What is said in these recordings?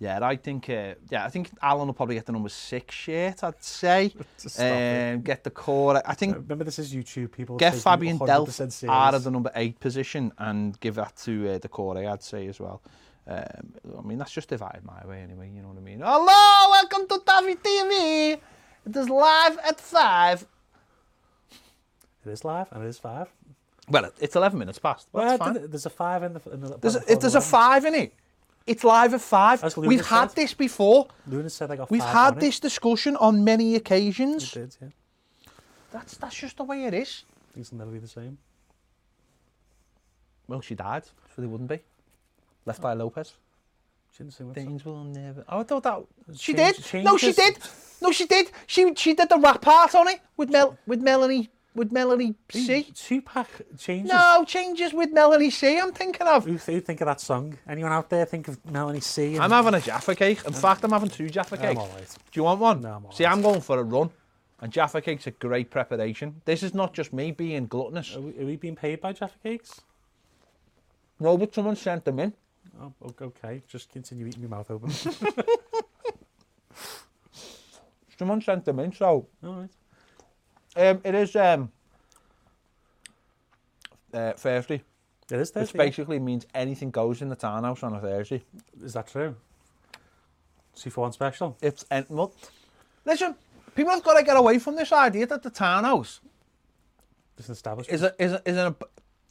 Yeah, I think. Uh, yeah, I think Alan will probably get the number six shirt. I'd say. Stop it. um, get the core. I think Remember, this is YouTube people. get taking Fabian 100% Delph serious. out of the number eight position and give that to uh, the core. I'd say as well. Um, I mean, that's just divided my way anyway. You know what I mean? Hello, welcome to Tavi TV. It is live at five. It is live and it is five. Well, it's eleven minutes past. Well, that's Well, fine. th- There's a five in the. In the There's, before a, the there's a one. five in it. It's live at five. That's what We've Lucas had said. this before. Luna said I got We've five had on this discussion on many It. occasions. It did, yeah. That's that's just the way it is. Things will never be the same. Well, she died, so they wouldn't be. Left by Lopez. She didn't sing with Things will never. Oh, I thought that she Change- did. change no, she this- did. No, she did. She she did the rap part on it with Mel with Melanie with Melanie C. Two pack changes. No changes with Melanie C. I'm thinking of. Who, who think of that song? Anyone out there think of Melanie C? And I'm having a Jaffa cake. In fact, I'm having two Jaffa I'm cakes. all right. Do you want one? No, I'm all See, I'm going for a run, and Jaffa Cake's a great preparation. This is not just me being gluttonous. Are we, are we being paid by Jaffa Cakes? No, but someone sent them in. Oh, o- okay. Just continue eating your mouth open. Someone sent them in, so all right. um, it is um, uh, Thursday, It which is Thursday. yeah. basically means anything goes in the town house on a Thursday. Is that true? Two for one special. It's en- well, listen, people have got to get away from this idea that the town house It's an establishment. is a, is a, is, a,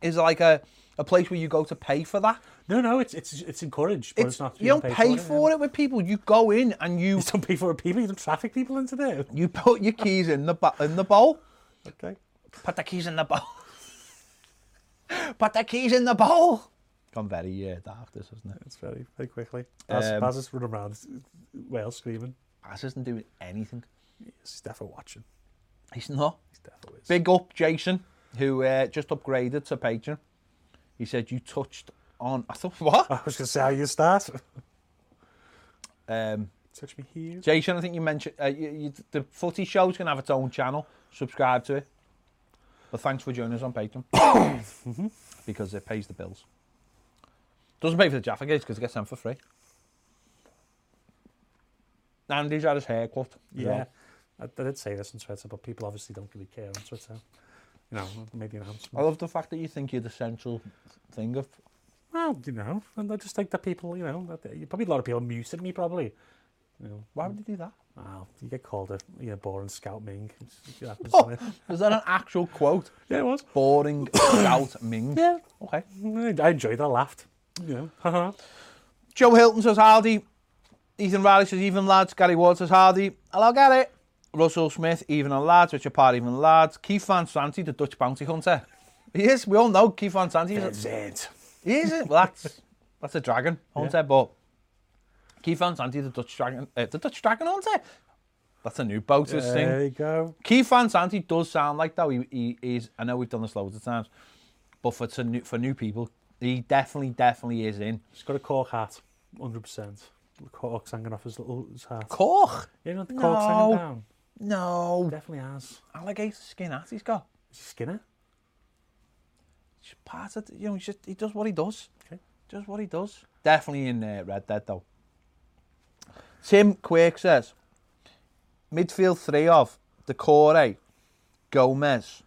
is like a, a place where you go to pay for that. no, no, it's it's it's encouraged, but it's, not. you don't pay for yeah. it with people. You go in and you You don't pay for it, people. You don't traffic people into there. You put your keys in the bo- in the bowl. Okay. Put the keys in the bowl. put the keys in the bowl. Gone very uh, dark, this isn't it? It's very very quickly. Baz, Um, Baz is running around, Wales screaming. Bass isn't doing anything. He's definitely watching. He's not. He's definitely. is. Big up Jason, who uh, just upgraded to patron. He said you touched on. I thought what? I was going to say how you start. Um, Touch me here. Jason, I think you mentioned uh, you, you, the footy show's gonna have its own channel. Subscribe to it. But thanks for joining us on Patreon because it pays the bills. Doesn't pay for the Jaffa Gates because it gets them for free. Andy's had his hair cut. as Yeah. well. I, I did say this on Twitter, but people obviously don't really care on Twitter. You know, maybe an I announcement. love the fact that you think you're the central thing of. Well, you know, and I just think that people, you know, that they- probably a lot of people muted me probably. You know, Why would you do that? wow, you get called a you know, boring scout ming. It happens, Oh. doesn't it? Is that an actual quote? Yeah, it was. Boring scout ming. Yeah, Okay. I enjoyed it. I laughed. You know, haha. Joe Hilton says Hardy. Ethan Riley says even lads. Gary Ward says Hardy. Hello, Gary. Russell Smith, even on lads. Richard Parr, even on lads. Keith Van Santi, the Dutch bounty hunter. He is. We all know Keith Van Santi. Is That's it. he is. Well, that's that's a dragon hunter, but Keith Van Santi, the Dutch dragon, uh, the Dutch dragon hunter. That's a new boat this thing. There you go. Keith Van Santi does sound like though he, he is. I know we've done this loads of times, but for to new, for new people, he definitely definitely is in. He's got a cork hat, hundred percent. The cork's hanging off his little his hat. Koch? Yeah, you know, the cork's hanging No. down. No. Definitely has. alligator skin hat he's got. Is he Skinner? It's just part of, the- you know, he's just, he does what he does. Okay. Just what he does. Definitely in uh, Red Dead, though. Tim Quirk says, midfield three of Decore, Gomez,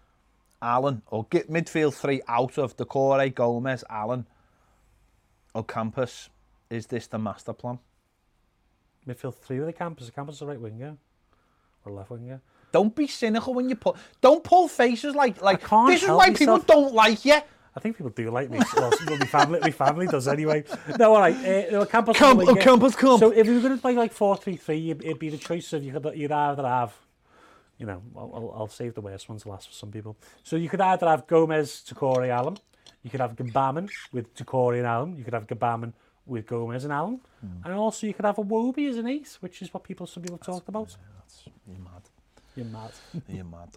Allen, or get midfield three out of Decore, Gomez, Allen, or Campus. Is this the master plan? Midfield three with a campus. A campus is a right winger. Or a left winger. Don't be cynical when you pull. Don't pull faces like like. can't This is help why myself. people don't like you. I think people do like me. Well, my family, my family does anyway. No, all right. Uh, no, campus Come, is a winger. Campus, come. So if you were going to play like 4-3-3, it'd- it'd be the choice of you could you'd either have, you know, I'll, I'll, I'll save the worst one to last for some people. So you could either have Gomez, Takori, Allen. You could have Gambaman with Takori and Allen. You could have Gambaman with Gomez and Allen. And also you could have a Wobie as an ace, which is what people some people talked about. That's you're mad. You're mad. You're mad.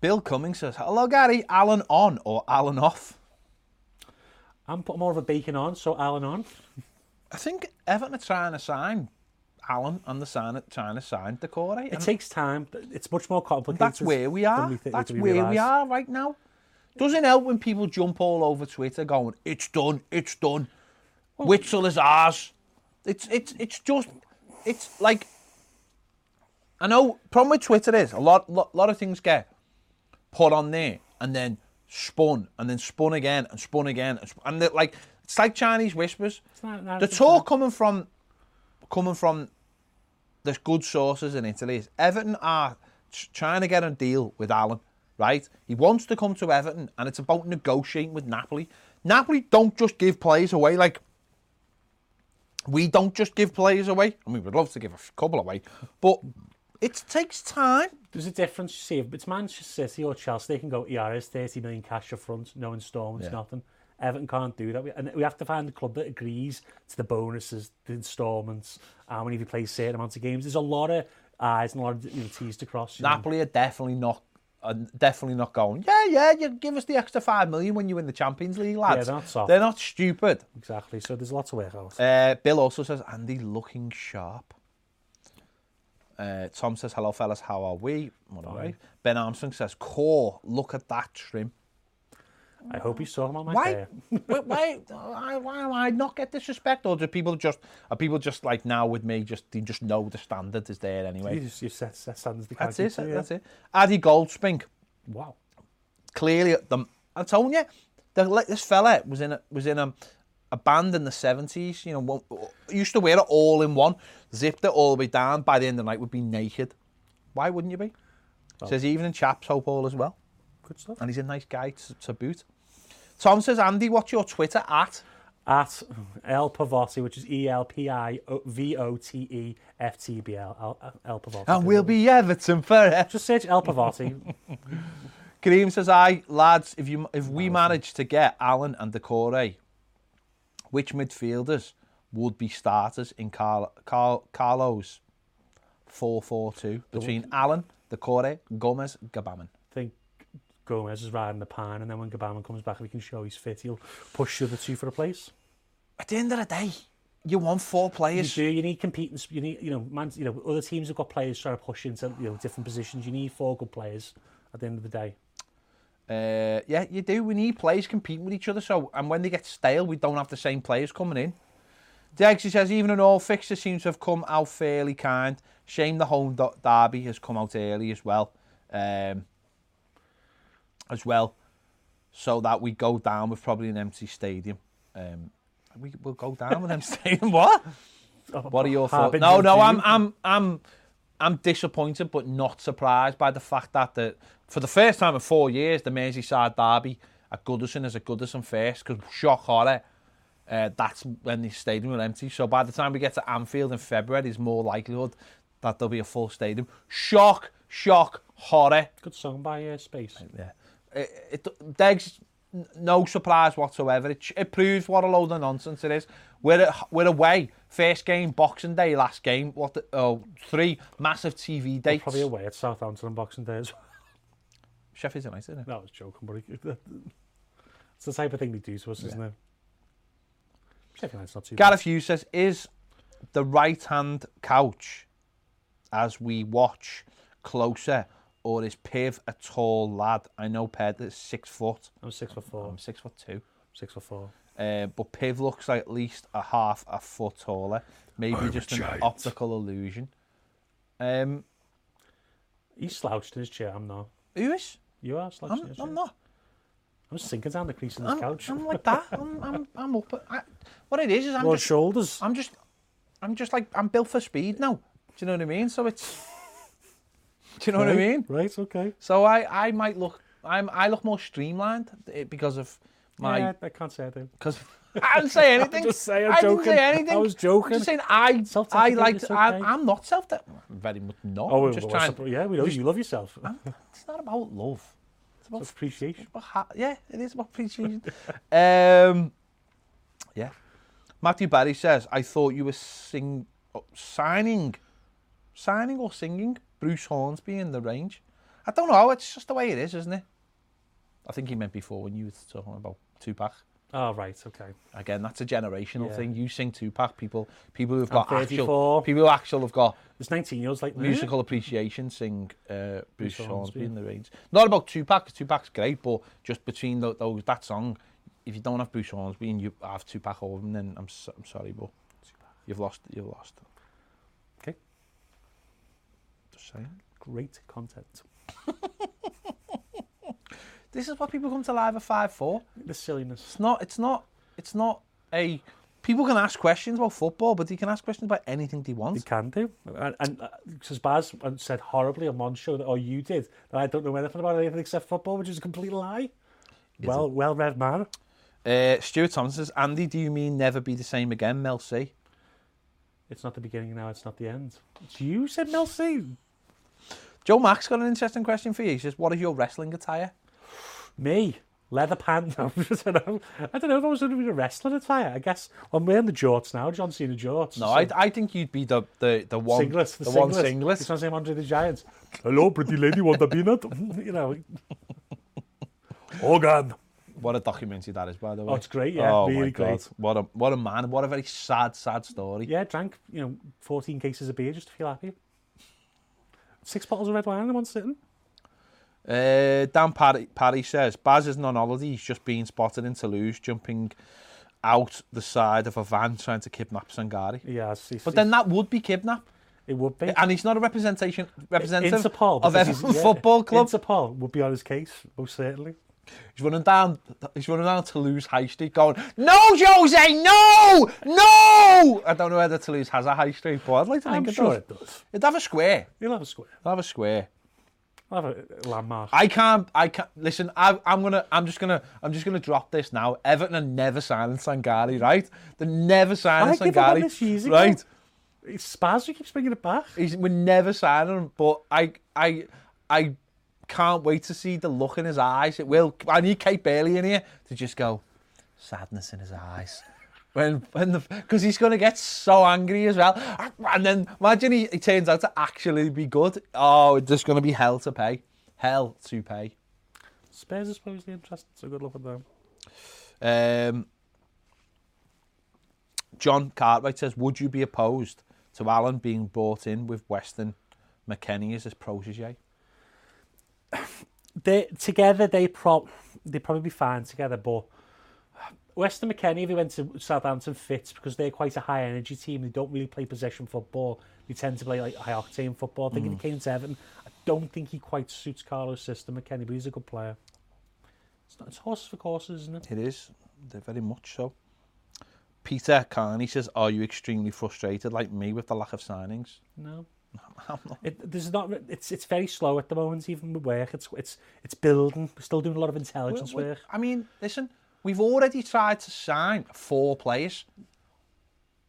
Bill Cummings says, Hello, Gary. Alan on or Alan off? I'm putting more of a bacon on, so Allen on. I think Everton are trying to sign Alan and the sign trying to sign Decore. It And takes time. It's much more complicated. that's where we are. than thi- that's than where we realise. are right now. Doesn't help when people jump all over Twitter going, It's done, it's done. Witzel is ours. It's it's it's just it's like I know problem with Twitter is a lot lot, lot of things get put on there and then spun and then spun again and spun again and, sp- and they're like it's like Chinese whispers. not- no, the it's talk not. coming from coming from there's good sources in Italy is Everton are t- trying to get a deal with Allen, right? He wants to come to Everton and it's about negotiating with Napoli. Napoli don't just give players away like we don't just give players away. I mean, we'd love to give a couple away, but it takes time. There's a difference, you see. If it's Manchester City or Chelsea, they can go, yeah, it's 30 million cash up front, no installments, Yeah. nothing. Everton can't do that. We- And we have to find a club that agrees to the bonuses, the installments, how many if you play certain amounts of games. There's a lot of eyes and a lot of you know, T's to cross. you know. Napoli are definitely not. Are definitely not going. Yeah, yeah. You give us the extra five million when you win the Champions League, lads. they're not soft. They're not stupid. Exactly. So there's a lot to work out. Uh, Bill also says Andy looking sharp. Uh, Tom says hello, fellas. How are we? What are we? Ben Armstrong says core. Look at that trim. I hope he's talking about my Why? hair. why, why, why, why am I not get this respect? Or do people just are people just like now with me? Just they just know the standard is there You anyway. just, you set, set standards. they can't That's it. keep to, yeah. That's it. Addy Goldspink. Wow. clearly the I'm telling you, the, like this fella was in a, was in a, a band in the seventies. You know, one, used to wear it all in one, zipped it all the way down. By the end of the night, would be naked. Why wouldn't you be? Says evening chaps, hope all is well, Good stuff. and he's a nice guy to, to boot. Tom says, Andy, what's your Twitter at? At El Pavotti, which is E L P I V O T E F T B L. El- El Pavotti. And we'll be Everton forever. Just search El Pavotti. Kareem says, "I lads, if you if we manage to get Allen and Decore, eh, which midfielders would be starters in Carl, Carl, Carlos four four two between Allen, Decore, Gomez, Gabaman? think Gomez is riding the pan, and then when Gabaman comes back, we can show he's fit. He'll push the other two for a place. At the end of the day, you want four You players. do. You need competing. You need you know man. You know other teams have got players trying to push into you know different positions. You need four good players at the end of the day. Uh, yeah, you do. We need players competing with each other. So, and when they get stale, we don't have the same players coming in. Degs, he says, even an all fixture seems to have come out fairly kind. Shame the home do- derby has come out early as well. Um, as well, so that we go down with probably an empty stadium. Um, we will go down with an empty stadium. What? Oh, What are your thoughts? Harbinger No, no, of I'm, doom. I'm, I'm, I'm disappointed, but not surprised by the fact that the, for the first time in four years, the Merseyside derby at Goodison is a Goodison first because shock horror, uh, that's when the stadium will empty. So by the time we get to Anfield in February, there's more likelihood that there'll be a full stadium. Shock, shock, horror. Good song by uh, Space. Yeah. It, it, Degs, n- no surprise whatsoever. It, sh- it proves what a load of nonsense it is. We're, at, we're away. First game, Boxing Day. Last game, what the, oh, three massive TV dates. Probably away at Southampton on Boxing Day as well. Sheffield United, isn't it? That was joking, but it's the type of thing they do to us, isn't it? Sheffield United's not too bad. Gareth Hughes says, is the right-hand couch as we watch closer or is Piv a tall lad? I know Ped is six foot. I'm six foot four. I'm six foot two. Six foot four. Uh, but Piv looks like at least a half a foot taller. Maybe just an optical illusion. Um, He's slouched in his chair. I'm not. who is? You are slouched I'm, in your chair. I'm not. I'm sinking down the crease in this I'm, couch. I'm like that. I'm, I'm, I'm up. I, what it is is I'm Broad just, shoulders. I'm just, I'm just like I'm built for speed now. Do you know what I mean? So it's, do you know what I Right, mean? Right, okay. So I, I might look, I'm, I look more streamlined eh, because of my yeah, I can't say I do. Because I didn't say anything. just saying, I'm I joking. didn't say anything. I was joking. I'm just saying I, I Self-deprecating, like. it's I, okay. I'm not self. Very much not. Oh, I'm just trying. yeah, we know you love yourself. It's not about love. It's about. It's appreciation. about ha- yeah, it is about appreciation. um, yeah. Matthew Barry says, "I thought you were sing, oh, signing, signing or singing Bruce Hornsby in the range." I don't know. It's just the way it is, isn't it? I think he meant before when you were talking about Tupac. Oh, right, okay. again that's a generational Yeah. thing you sing Tupac people people who've I'm got actual 34. people who actual have got It's 19 years like musical appreciation sing uh, Bruce Bruce Hornsby Hornsby. in the range not about Tupac 'cause Tupac's great but just between tho- those that song if you don't have Bruce Hornsby and you have Tupac over him then I'm, so, I'm sorry but Tupac. You've lost. You've lost. Okay. Just saying. Great content. This is what people come to live at five for. The silliness. It's not. It's not. It's not a. People can ask questions about football, but they can ask questions about anything they You want. can do. And, and uh, because Baz said horribly on one show that, oh, you did, that I don't know anything about anything except football, which is a complete lie. well, well read man. Uh, Stuart Thompson says, "Andy, do you mean never be the same again, Mel C?" It's not the beginning now, it's not the end. It's you said Mel C. Joe Mack's got an interesting question for you. He says, "What is your wrestling attire?" Me. Leather pants. I don't know. I don't know if I was going to be a wrestling attire. I guess I'm wearing the jorts now, John Cena jorts. No, I, I think you'd be the the, the one singlet, the, the singlet. one singlet. It's not saying Andre the Giant. Hello, pretty lady, want a peanut? you know. Organ. What a documentary that is, by the way. Oh, it's great, yeah, Oh my really god, great. what a what a man! What a very sad, sad story. Yeah, drank you know 14 cases of beer just to feel happy. Six bottles of red wine in one sitting. Uh, Dan Parry, Parry says Baz isn't on holiday. He's just being spotted in Toulouse jumping out the side of a van trying to kidnap Sangari. Yeah, it's, it's, But then that would be kidnap, it would be. and he's not a representation representative Interpol of because he's- Everton yeah, Football Club. Interpol would be on his case most certainly. He's running down. He's running down Toulouse High Street, going, "No, Jose, no, no!" I don't know whether Toulouse has a high street, but I'd like to I'm think it sure does. it does. It'd have a square. He'll have a square. It'd have a square. He'll have a landmark. I can't. I can't. Listen, I, I'm gonna. I'm just gonna. I'm just gonna drop this now. Everton are never signing Sangari, right? They're never signing I give up on Sangari, this years ago. right? It's Spaz who keeps bringing it back. He's, we're never signing him. But I, I, I can't wait to see the look in his eyes. It will. I need Kate Bailey in here to just go sadness in his eyes. When, when the, because he's gonna get so angry as well, and then imagine he, he turns out to actually be good. Oh, it's just gonna be hell to pay, hell to pay. Spurs is supposedly interested, so good luck with them. Um, John Cartwright says, would you be opposed to Alan being brought in with Weston McKennie as his protege? they together they prob they probably be fine together, but Weston McKennie, if he went to Southampton, fits because they're quite a high energy team. They don't really play possession football. They tend to play like high octane football. I think Mm. if he came to Everton, I don't think he quite suits Carlo's system, McKennie, but he's a good player. It's, not, it's horses for courses, isn't it? It is, they're very much so. Peter Carney says, are you extremely frustrated like me with the lack of signings? No. I'm not. It, there's not. It's it's very slow at the moment. Even with work, it's it's it's building. We're still doing a lot of intelligence We- we- work. I mean, listen, we've already tried to sign four players.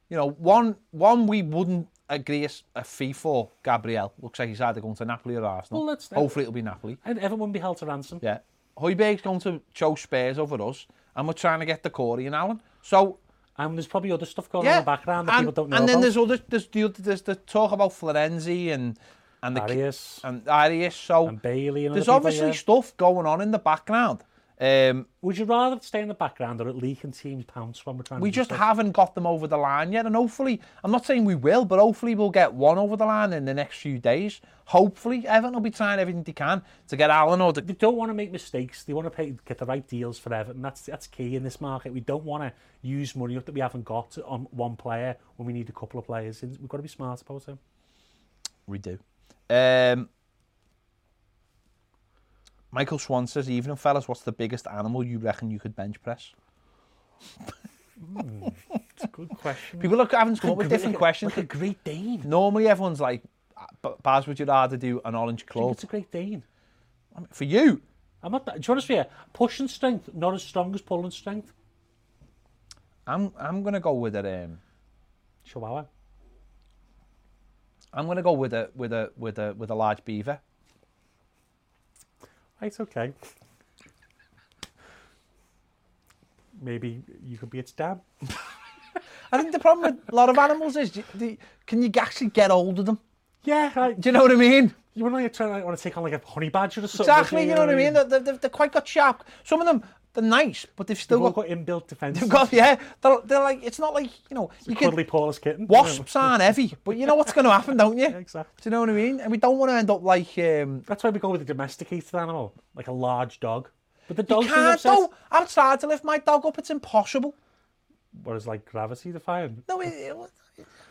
You know, one one we wouldn't agree a, s- a fee for, Gabriel. Looks like he's either going to Napoli or Arsenal. Well, let's- Hopefully it'll be Napoli. And everyone will be held to ransom. Yeah. Hoiberg's going to chose Spurs over us, and we're trying to get the Corey and Allen. So, And there's probably other stuff going on yeah. in the background that and, people don't know and then about. there's other there's the, other- there's the talk about Florenzi and and the Arias. and Arias. So and Bailey and there's other obviously people, yeah. stuff going on in the background. Um, Would you rather stay in the background or at leaking teams pounce when we're trying we to do just stuff? haven't got them over the line yet, and hopefully, I'm not saying we will, but hopefully we'll get one over the line in the next few days. Hopefully, Everton will be trying everything they can to get Allen or the they don't want to make mistakes. They want to pay, get the right deals for Everton. That's that's key in this market. We don't want to use money up that we haven't got on one player when we need a couple of players. in. We've got to be smart about it. We do. Um, Michael Swan says, "Evening, fellas. What's the biggest animal you reckon you could bench press?" It's a good question. People are having to come up with different questions. Like a Great Dane. Normally, everyone's like, "B- "Baz, would you rather do an orange I think claw?" it's a Great Dane. For you, I'm not that. Do you want to say pushing strength, not as strong as pulling strength? I'm I'm gonna go with a um, Chihuahua. I'm gonna go with a with a with a with a large beaver. It's okay. Maybe you could be its dad. I think the problem with a lot of animals is, do, do, can you actually get hold of them? Yeah, I, Do you know what I mean? You want to try, like, want to take on like a honey badger or something? Exactly. You know what I mean? They're, they're, they're quite got sharp. Some of them they're nice, but they've They've still all got got inbuilt defense. They've got yeah. They're, they're like it's not like you know you cuddly can, poreless kitten. wasps aren't heavy, but you know what's going to happen, don't you? Yeah, exactly. Do you know what I mean? And we don't want to end up like um, That's why we go with a domesticated animal, like a large dog. But the you dog's can't upset. though. I've tried to lift my dog up; it's impossible. what is like gravity defying. No, it, it,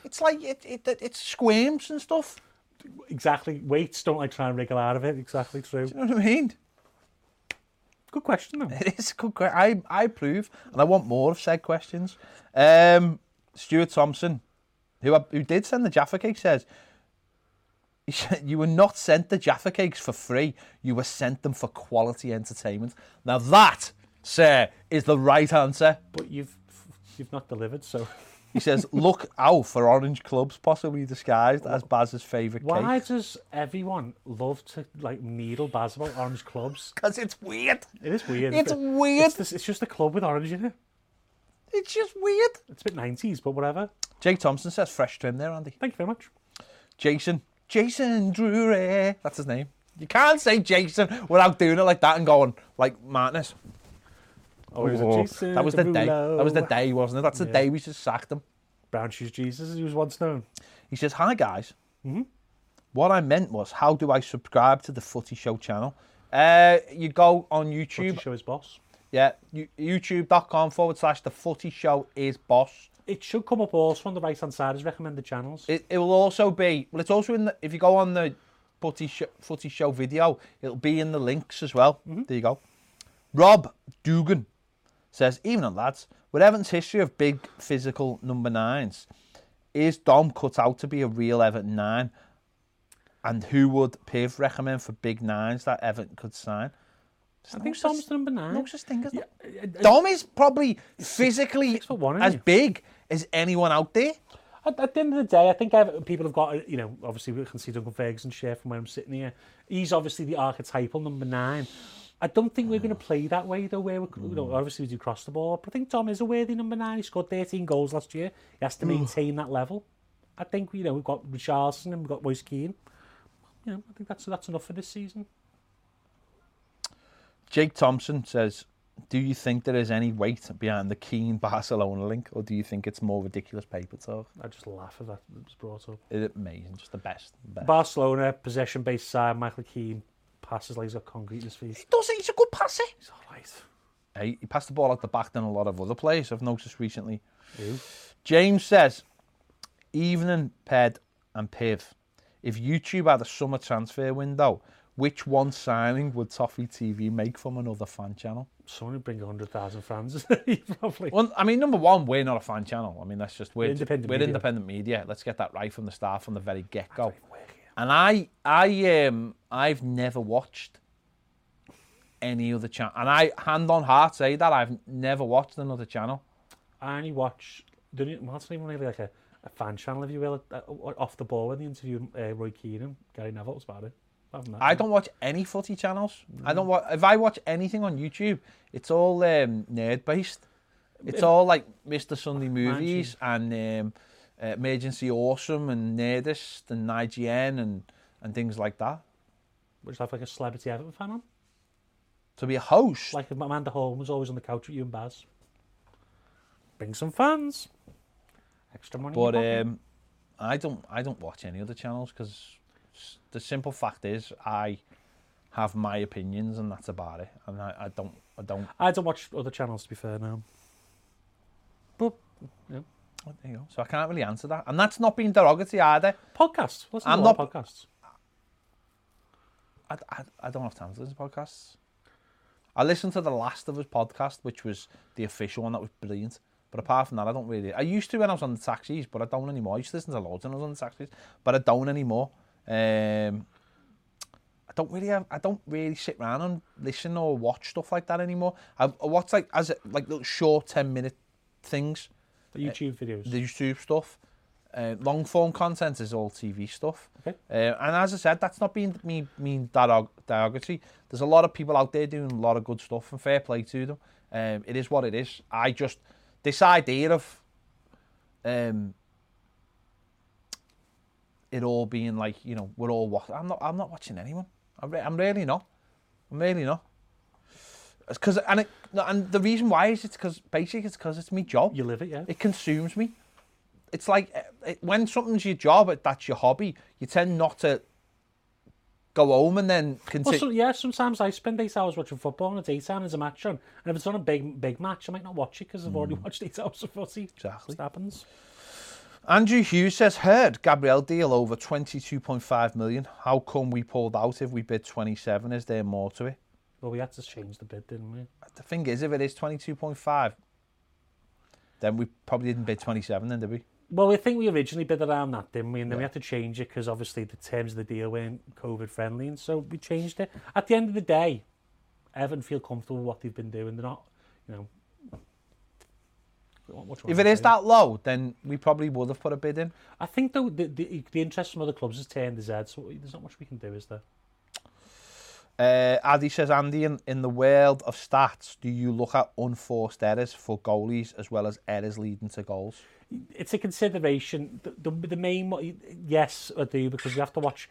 it's like it, it, it, it squirms and stuff. Exactly. Weights don't like try and wriggle out of it. Exactly true. You know what I mean? Good question though. It is a good question. I, I approve, and I want more of said questions. Um, Stuart Thompson, who I- who did send the Jaffa cake, says, he said, "You were not sent the Jaffa cakes for free. You were sent them for quality entertainment. Now that, sir, is the right answer." But you've you've not delivered, so He says, "Look out for orange clubs, possibly disguised as Baz's favourite why cake." does everyone love to like needle Baz about orange clubs? Because it's weird. It is weird. It's but weird. It's, this, it's just a club with orange in it. It's just weird. It's a bit nineties, but whatever. Jake Thompson says, "Fresh trim there, Andy." Thank you very much. Jason. Jason Drury. That's his name. You can't say Jason without doing it like that and going like madness. Oh, is it Oh, Jesus that was the day. Derulo? That was the day, wasn't it? That's the Yeah. day we just sacked him. Brown shoes Jesus, as he was once known. He says, "Hi guys." Mm-hmm. What I meant was, how do I subscribe to the Footy Show channel? Uh, you go on Tube. YouTube. show his boss. Yeah, you, YouTube.com forward slash the Footy Show is boss. It should come up also on the right hand side as recommended channels. It, it will also be. Well, it's also in the. If you go on the footy show, footy show video, it'll be in the links as well. Mm-hmm. There you go. Rob Dugan says, even on lads, with Everton's history of big physical number nines, is Dom cut out to be a real Everton nine? And who would Piv recommend for big nines that Everton could sign? There's I no think such- Dom's the number nine. No such thing as that. Hmm. I- I- Dom is probably physically foot one, isn't as he? big as anyone out there. At, at the end of the day, I think Ever- people have got, you know, obviously we can see Duncan Ferguson share from where I'm sitting here. He's obviously the archetypal number nine. I don't think we're going to play that way, though, where we, you know, obviously we do cross the ball, but I think Tom is a worthy number nine. He scored 13 goals last year. He has to maintain that level. I think, you know, we've got Richardson and we've got Moise Keane. You know, I think that's that's enough for this season. Jake Thompson says, "Do you think there is any weight behind the Keane Barcelona link, or do you think it's more ridiculous paper talk? I just laugh at that. It was brought up. Is it amazing? Just the best. The best. Barcelona, possession based side, Michael Keane passes like he's got concrete in his feet. He does it. He's a good passer. He's all right. Hey, he passed the ball out the back than a lot of other players I've noticed recently. Ew. James says, "Evening, Ped and Piv. If YouTube had a summer transfer window." Which one signing would Toffee TV make from another fan channel? someone would bring 100,000 fans, probably. Well, I mean, number one, we're not a fan channel. I mean, that's just we're We're independent We're media. independent media. Let's get that right from the start, from the very get go. Don't even work here. And I, I, um, I've never watched any other channel. And I, hand on heart, say that I've never watched another channel. I only watch, don't you, well, it's not even really like a, a fan channel, if you will, uh, off the ball when they interviewed uh, Roy Keane and Gary Neville, was about it. Apart from that, I don't watch any footy channels. I don't watch. If I watch anything on YouTube, it's all um, nerd based. It's all like Mr. Sunday movies and um, uh, Emergency Awesome and Nerdist and IGN and and things like that. We just have like a celebrity Everton fan on. To be a host, Like if Amanda Holm was always on the couch with you and Baz. Bring some fans. Extra money. in your But pocket. um, I don't I don't watch any other channels because the simple fact is I have my opinions and that's about it. And I, I don't I don't. I don't watch other channels, to be fair, now. But, you know, oh, there you go. So I can't really answer that. And that's not being derogatory either. podcasts. Listen I'm to a lot not- of podcasts. I, I, I don't have time to listen to podcasts. I listened to the Last of Us podcast, which was the official one that was brilliant. But apart from that, I don't really. I used to when I was on the taxis, but I don't anymore. I used to listen to loads when I was on the taxis, but I don't anymore. Um, I don't really. Have, I don't really sit around and listen or watch stuff like that anymore. I, I watch like as like little short ten minute things The YouTube videos. Eh, the YouTube stuff. Uh, long form content is all TV stuff. Okay. Uh, and as I said, that's not being mean, mean derog- derogatory. There's a lot of people out there doing a lot of good stuff, and fair play to them. Um, it is what it is. I just this idea of um, it all being like you know we're all watching. I'm not. I'm not watching anyone. I'm, re- I'm really not. I'm really not. Because and it, no, and the reason why is it's because basically it's because it's my job. you live it, yeah. It consumes me. eh, It's like uh, it, when something's your job, it- that's your hobby. You tend not to go home and then Well, continue. so, yeah, sometimes I spend eight hours watching football and it's eight hours a match on. And if it's not a big big match, I might not watch it because I've already watched eight hours of footy. Hmm. Exactly. It happens. Andrew Hughes says, heard Gabriel deal over 22.5 million. How come we pulled out if we bid 27? Is there more to it? Well, we had to change the bid, didn't we? The thing is, if it is 22.5, then we probably didn't bid 27 then, did we? Well, I think we originally bid around that, didn't we? And then we had to change it because obviously the terms of the deal weren't COVID friendly, and so we changed it. At the end of the day, Evan feel comfortable with what they've been doing. They're not, you know. what- what do you If want it me to is say? that low, then we probably would have put a bid in. I think though the, the the interest from other clubs has turned his head, so there's not much we can do, is there? Uh, Addy says, Andy, in, in the world of stats, do you look at unforced errors for goalies as well as errors leading to goals? it's a consideration. The, the, the main one, yes, I do, because you have to watch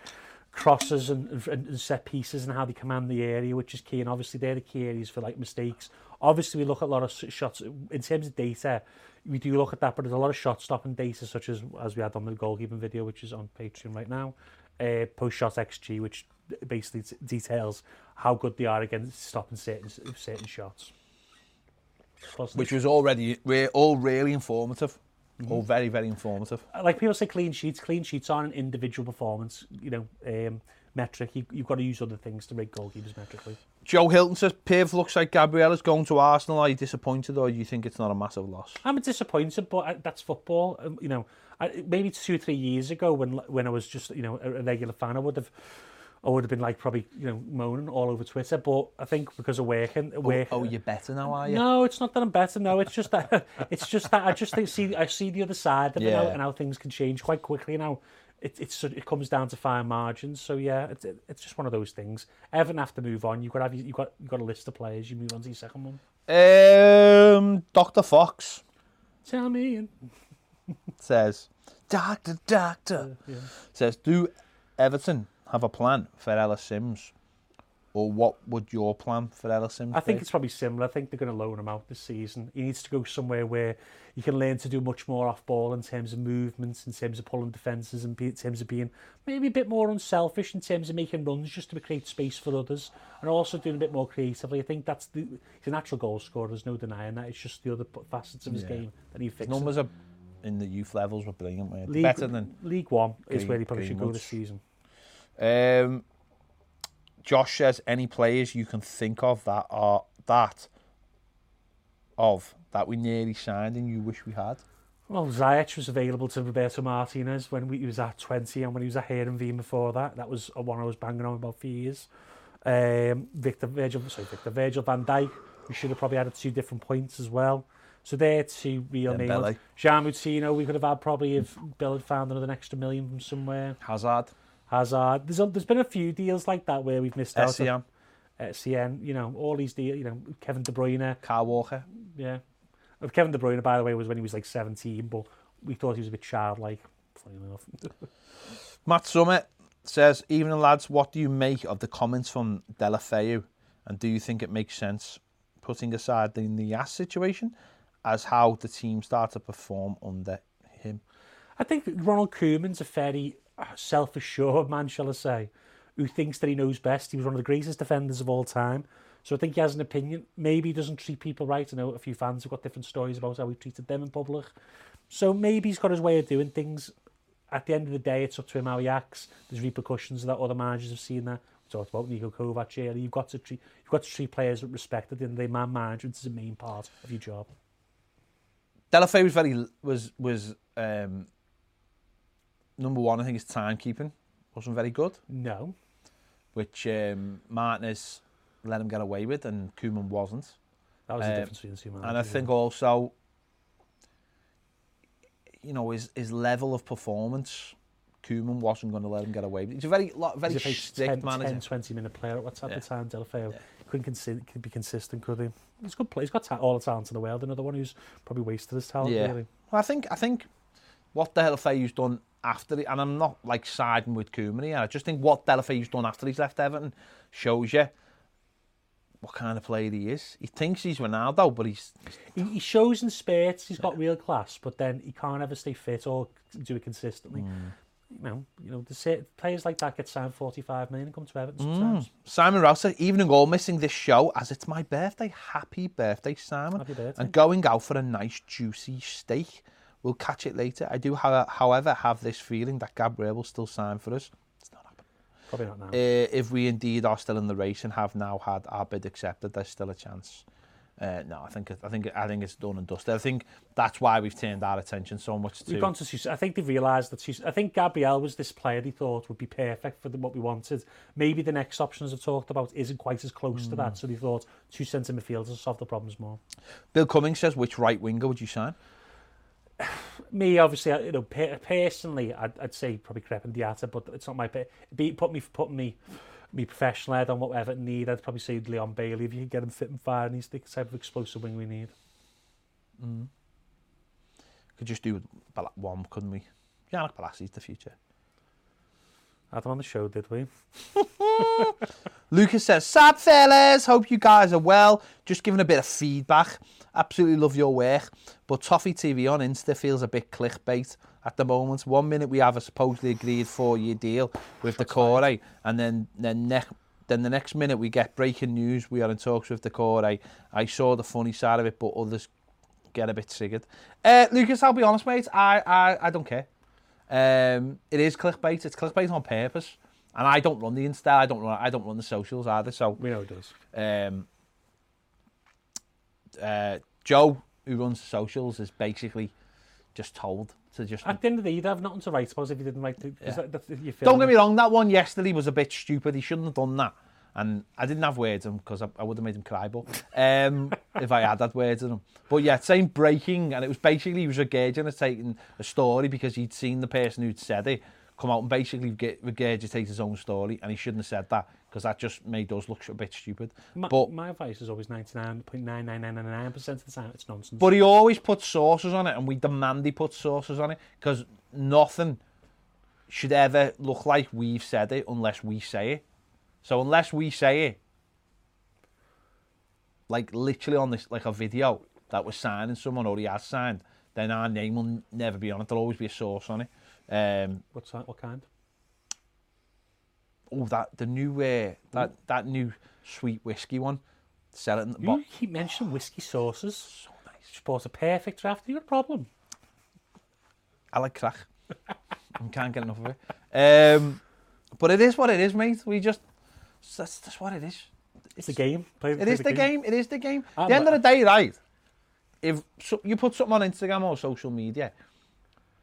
crosses and, and, and set pieces and how they command the area, which is key. And obviously, they're the key areas for like mistakes. Obviously, we look at a lot of s- shots in terms of data. We do look at that, but there's a lot of shot stopping data, such as as we had on the goalkeeping video, which is on Patreon right now. Uh, Post shot XG, which basically t- details how good they are against stopping certain certain shots. Plus, Which was already, we're all really informative. All very, very informative. like people say clean sheets clean sheets aren't an individual performance you know um metric you, you've got to use other things to rate goalkeepers metrically Joe Hilton says, Piv looks like Gabriel is going to Arsenal. Are you disappointed or you think it's not a massive loss? i'm disappointed but I, that's football um, you know I, maybe two or three years ago when when i was just you know a, a regular fan i would have I would have been like probably you know moaning all over Twitter, but I think because of working, work, Oh, you're better now, are you? No, it's not that I'm better. No, it's just that it's just that I just think see I see the other side of it now Yeah. and how things can change quite quickly now. It, it's sort- it comes down to fine margins. So yeah, it's it's just one of those things. Everton have to move on. You got to have you got you got a list of players. You move on to your second one. Um, Dr. Fox Tell me, and, says, Doctor, Doctor, yeah. says, do Everton have a plan for Ellis Sims? Or what would your plan for Ellis Sims I think be? it's probably similar. I think they're going to loan him out this season. He needs to go somewhere where he can learn to do much more off ball in terms of movements, in terms of pulling defences, and be- in terms of being maybe a bit more unselfish in terms of making runs just to create space for others, and also doing a bit more creatively. I think that's the he's a natural goal scorer. There's no denying that. It's just the other p- facets of his Yeah. game that he fixes. Numbers are, in the youth levels were brilliant, weren't they? League, Better than... League One is Green- where he probably should go Greenwood's. this season. Um, Josh says, any players you can think of that are... That... Of... That we nearly signed and you wish we had? Well, Ziyech was available to Roberto Martinez when we, he was at 20 and when he was at Herenveen before that. That was a one I was banging on about for years. Um, Victor Virgil, sorry, Victor Virgil van Dijk, we should have probably had at two different points as well. So they're two real names. Dembele. Jean Moutinho, we could have had probably if Bill had found another extra million from somewhere. Hazard? Hazard. There's, a, there's been a few deals like that where we've missed out. SCM? SCN, you know, all these deals, you know, Kevin De Bruyne, Carl Walker? yeah. Of Kevin De Bruyne, by the way, was when he was like 17, but we thought he was a bit childlike, funny enough. Matt Summit says, Evening lads, what do you make of the comments from Delafeu? And do you think it makes sense putting aside the Nias situation as how the team start to perform under him? I think Ronald Koeman's a very self assured man, shall I say, who thinks that he knows best. He was one of the greatest defenders of all time. So I think he has an opinion. Maybe he doesn't treat people right. I know a few fans have got different stories about how he treated them in public. So maybe he's got his way of doing things. At the end of the day, it's up to him how he acts. There's repercussions that other managers have seen that. We talked about Niko Kovac here. You've got to treat you've got to treat players with respect. At the end of the day, man management is the main part of your job. Delafeu was very, was, was um, number one, I think his timekeeping wasn't very good, No, which um, Martinez let him get away with and Koeman wasn't. that was the Um, difference between the two managers. And I think also, you know, his his level of performance, Koeman wasn't going to let him get away. with it. He's a very lot, very He's a strict 10, manager. 10, 20 minute player at what's at Yeah. the time, Delafeo. Yeah. Couldn't consi- could be consistent, could he? He's a good player. He's got ta- all the talent in the world. Another one who's probably wasted his talent, Yeah. really. Well, I think I think what Delafeu's done after, it, and I'm not like siding with Koeman here. I just think what Delafeu's done after he's left Everton shows you what kind of player he is. He thinks he's Ronaldo, but he's He, he Hmm. shows in spurts. He's got real class, but then he can't ever stay fit or c- do it consistently. you know, you know, the sa- players like that get signed 45 million and come to Hmm. Everton sometimes. Simon Rouse said, evening all, missing this show as it's my birthday. Happy birthday, Simon. Happy birthday. And going out for a nice juicy steak. We'll catch it later. I do, ho- however, have this feeling that Gabriel will still sign for us. It's not happening. Probably not now. Uh, if we indeed are still in the race and have now had our bid accepted, there's still a chance. Uh, no, I think I think I think it's done and dusted. I think that's why we've turned our attention so much to We've gone to Sus- I think they realised that Sus- I think Gabrielle was this player they thought would be perfect for the, what we wanted. Maybe the next options I've talked about isn't quite as close to that, so they thought two centre midfielders will solve the problems more. Bill Cummings says, which right winger would you sign? Me, obviously, I- you know, per- personally, I'd, I'd say probably Crepin Diatta, but it's not my pe- be put me putting me me professional head on whatever need. I'd probably say Leon Bailey if you can get him fit and firing. He's the type of explosive wing we need. Could just do with Bala- one, couldn't we? Yannick Palaci's the future. Had him on the show, did we? Lucas says, Sad fellas, hope you guys are well. Just giving a bit of feedback. Absolutely love your work. But Toffee TV on Insta feels a bit clickbait at the moment. One minute we have a supposedly agreed four year deal with the Corey, and then then ne- then the next minute we get breaking news. We are in talks with the Corey. I saw the funny side of it, but others get a bit triggered. Uh, Lucas, I'll be honest, mate. I, I, I don't care. Um, it is clickbait. It's clickbait on purpose. And I don't run the Insta. I don't run. I don't run the socials either. So We know it does. um, uh, Joe, who runs the socials, is basically just told to just. At the end of the day, you'd have nothing to write about if you didn't like. The, 'cause Yeah. that, that's, you're don't filming get me wrong. That one yesterday was a bit stupid. He shouldn't have done that. And I didn't have words on him because I, I would have made him cry, but um, if I had had words on him. But yeah, saying breaking, and it was basically he was regurgitating a story because he'd seen the person who'd said it come out and basically ge- regurgitate his own story, and he shouldn't have said that because that just made us look a bit stupid. My, but my advice is always 99.99999% of the time it's nonsense. But he always puts sources on it, and we demand he puts sources on it because nothing should ever look like we've said it unless we say it. So unless we say it, like literally on this, like a video that we're signing someone or he has signed, then our name will never be on it. There'll always be a source on it. Um, What's that? What kind? oh, that the new uh, that that new sweet whiskey one, sell it in the You box. keep mentioning whiskey sauces. So nice. Just bought a perfect draft. You got a problem? I like crack. I can't get enough of it. Um, but it is what it is, mate. We just that's that's what it is. It's the game. Play, It play is the game. It is the game. Ah, At the end of but- the day, right? If so, you put something on Instagram or social media,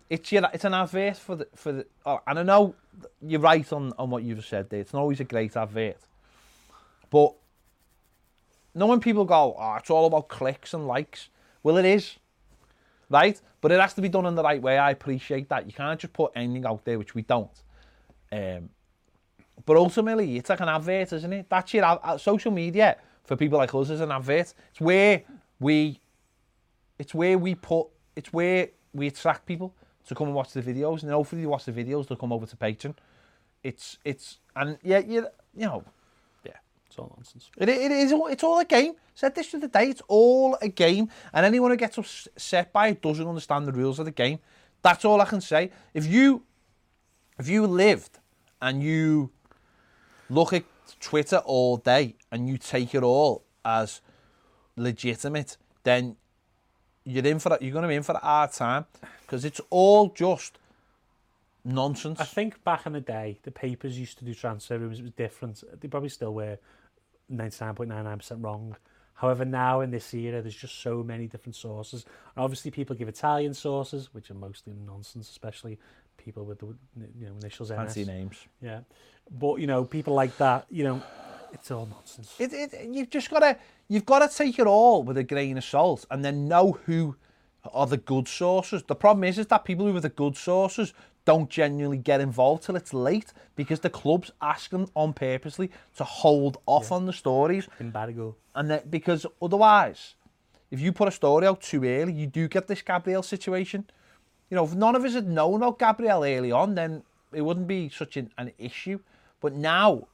it's your, it's an advert for the for the. Oh, and I know you're right on on what you've said there. It's not always a great advert, but knowing people go, oh, it's all about clicks and likes. Well, it is, right? But it has to be done in the right way. I appreciate that. You can't just put anything out there, which we don't. Um, but ultimately, it's like an advert, isn't it? That's your ad- ad- social media for people like us is an advert. It's where we, it's where we put, it's where we attract people to come and watch the videos, and then hopefully they watch the videos, they'll come over to Patreon. It's it's and yeah, you you know, It's all nonsense. it, it is all, it's all a game. Said this to the day, it's all a game, and anyone who gets upset by it doesn't understand the rules of the game. That's all I can say. If you if you lived and you look at Twitter all day and you take it all as legitimate, then you're in for you're going to be in for a hard time because it's all just nonsense. I think back in the day, the papers used to do transfer rooms. It was different. They probably still were 99.99% wrong. However, now in this era, there's just so many different sources. And obviously, people give Italian sources, which are mostly nonsense, especially people with the you know, initials NS. Fancy names. Yeah, but you know, people like that, you know, it's all nonsense. It, it, you've just got to you've got to take it all with a grain of salt, and then know who are the good sources. The problem is is that people who are the good sources don't genuinely get involved till it's late because the clubs ask them on purposely to hold off on the stories, Embargo. and that because otherwise, if you put a story out too early, you do get this Gabriel situation. You know, if none of us had known about Gabriel early on, then it wouldn't be such an, an issue. But now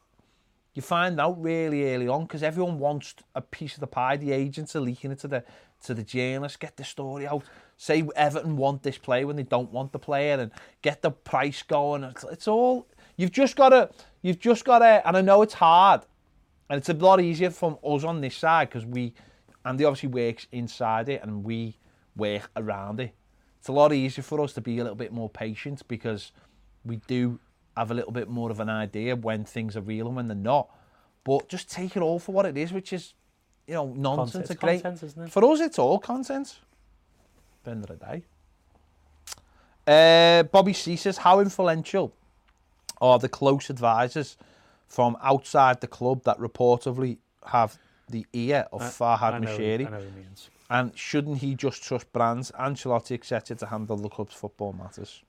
you find out really early on because everyone wants a piece of the pie. The agents are leaking it to the to the journalists. Get the story out. say Everton want this player when they don't want the player and get the price going. It's, it's all you've just got to you've just got to and I know it's hard and it's a lot easier from us on this side because we Andy obviously works inside it and we work around it. It's a lot easier for us to be a little bit more patient because we do have a little bit more of an idea when things are real and when they're not. But just take it all for what it is, which is, you know, nonsense. Content- a it's great, content, isn't it? for us, it's all content. End of the day. Uh, Bobby C says, how influential are the close advisors from outside the club that reportedly have the ear of I Farhad know, I Mashiri? know what it means. And shouldn't he just trust Brands, Ancelotti, etc. to handle the club's football matters?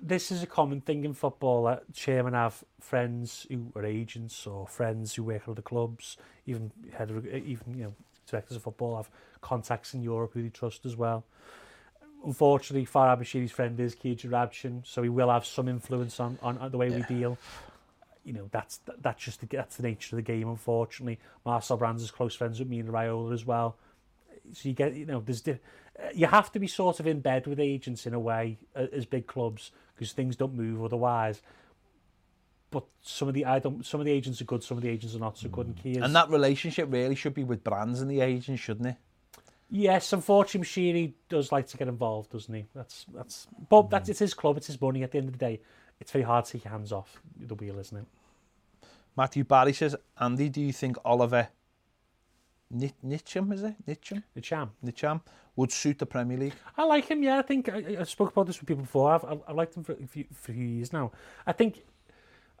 This is a common thing in football that chairmen have friends who are agents or friends who work at other clubs, even head of, even you know directors of football have contacts in Europe who they trust as well. Unfortunately, Farah Bashiri's friend is Keir Rabshin, so he will have some influence on, on, on the way we deal. You know that's that's just the, that's the nature of the game. Unfortunately, Marcel Brands is close friends with me and Raiola as well. so you get you know there's di- uh, you have to be sort of in bed with agents in a way uh, as big clubs because things don't move otherwise but some of the I don't some of the agents are good some of the agents are not so good and key is, And that relationship really should be with Brands and the agent, shouldn't it? yes unfortunately Sheary does like to get involved doesn't he that's that's but that's it's his club it's his money at the end of the day it's very hard to take your hands off the wheel isn't it Matthew Barry says, Andy, do you think Oliver Ni- Nicham, is it? Nicham? the champ Nicham would suit the Premier League? I like him. Yeah, I think I, I- I've spoke about this with people before. I've, I've, I've liked him for a, few, for a few years now. I think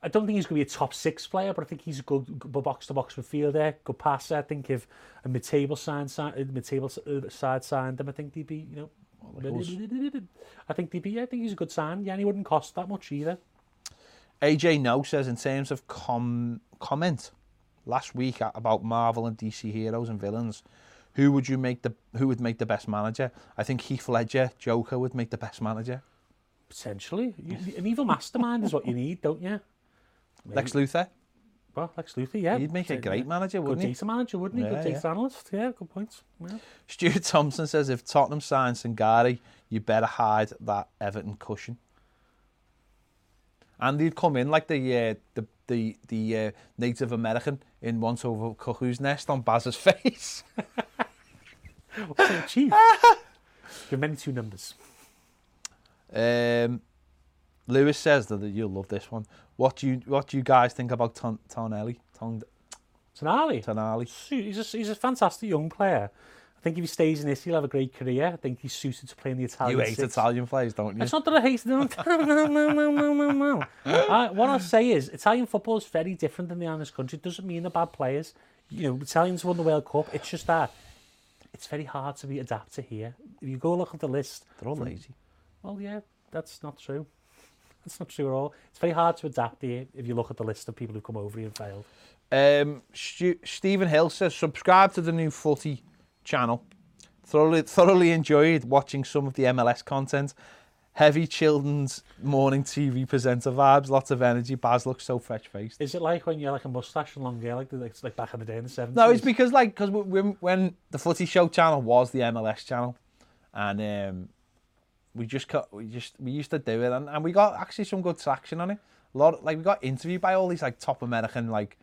I don't think he's going to be a top six player, but I think he's a good, good box to box midfielder, good passer. I think if a mid table sign, mid table uh, side signed him, I think they'd be you know. I think they'd be. yeah, I think he's a good sign. Yeah, and he wouldn't cost that much either. AJ No says, in terms of com- comment last week a- about Marvel and DC heroes and villains, who would you make the who would make the best manager? I think Heath Ledger, Joker would make the best manager. Potentially, You- an evil mastermind is what you need, don't you? Lex Luthor, Well, Lex Luthor, yeah, he'd make a great manager, good wouldn't he? data manager, wouldn't he? Yeah, good data analyst, yeah, good points. Yeah. Stuart Thompson says, if Tottenham signs Sangari, you better hide that Everton cushion. And he'd come in like the uh, the the, the uh, Native American in Once Over Cuckoo's Nest on Baz's face. What's it achieve? There are many two numbers. Um, Lewis says that you'll love this one. What do you what do you guys think about Ton Tonelli? Ton Tonali. Tonali? He's a, he's a fantastic young player. I think if he stays in this, he'll have a great career. I think he's suited to play in the Italian You hate six. Italian players, don't you? It's not that I hate no, no, no, no, no, no, no. I, what I say is Italian football is very different than the Irish country. It doesn't mean they're bad players. You know, Italians won the World Cup. It's just that it's very hard to be adapted here. If you go look at the list, They're all lazy. Well, yeah, that's not true. That's not true at all. It's very hard to adapt here if you look at the list of people who come over here and failed. Um, Stu- Stephen Hill says subscribe to the new Footy channel. Thoroughly thoroughly enjoyed watching some of the MLS content. Heavy children's morning TV presenter vibes, lots of energy. Baz looks so fresh faced. Is it like when you had like a mustache and long hair, like the, like, like back in the day in the seventies? No, it's because like because when, when the Footy Show channel was the MLS channel, and um, we just cut we just we used to do it, and, and we got actually some good traction on it. A lot like we got interviewed by all these like top American like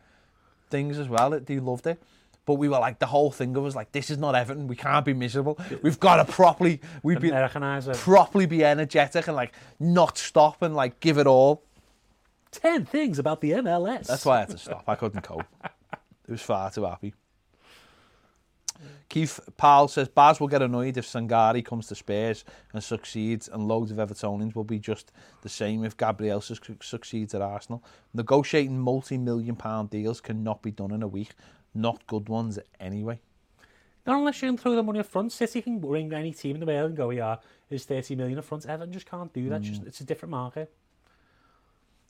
things as well. They loved it. But we were like the whole thing was like this is not Everton. We can't be miserable. We've got to properly we've been Americanizer. properly be energetic and like not stop and like give it all. Ten things about the MLS. That's why I had to stop. I couldn't cope. It was far too happy. Keith Powell says Baz will get annoyed if Sangari comes to Spurs and succeeds, and loads of Evertonians will be just the same if Gabriel su- succeeds at Arsenal. Negotiating multi million pound deals cannot be done in a week, not good ones anyway. Not unless you can throw the money up front. City can ring any team in the world and go, "Yeah, it's thirty million up front." Everton just can't do that. It's Just it's a different market.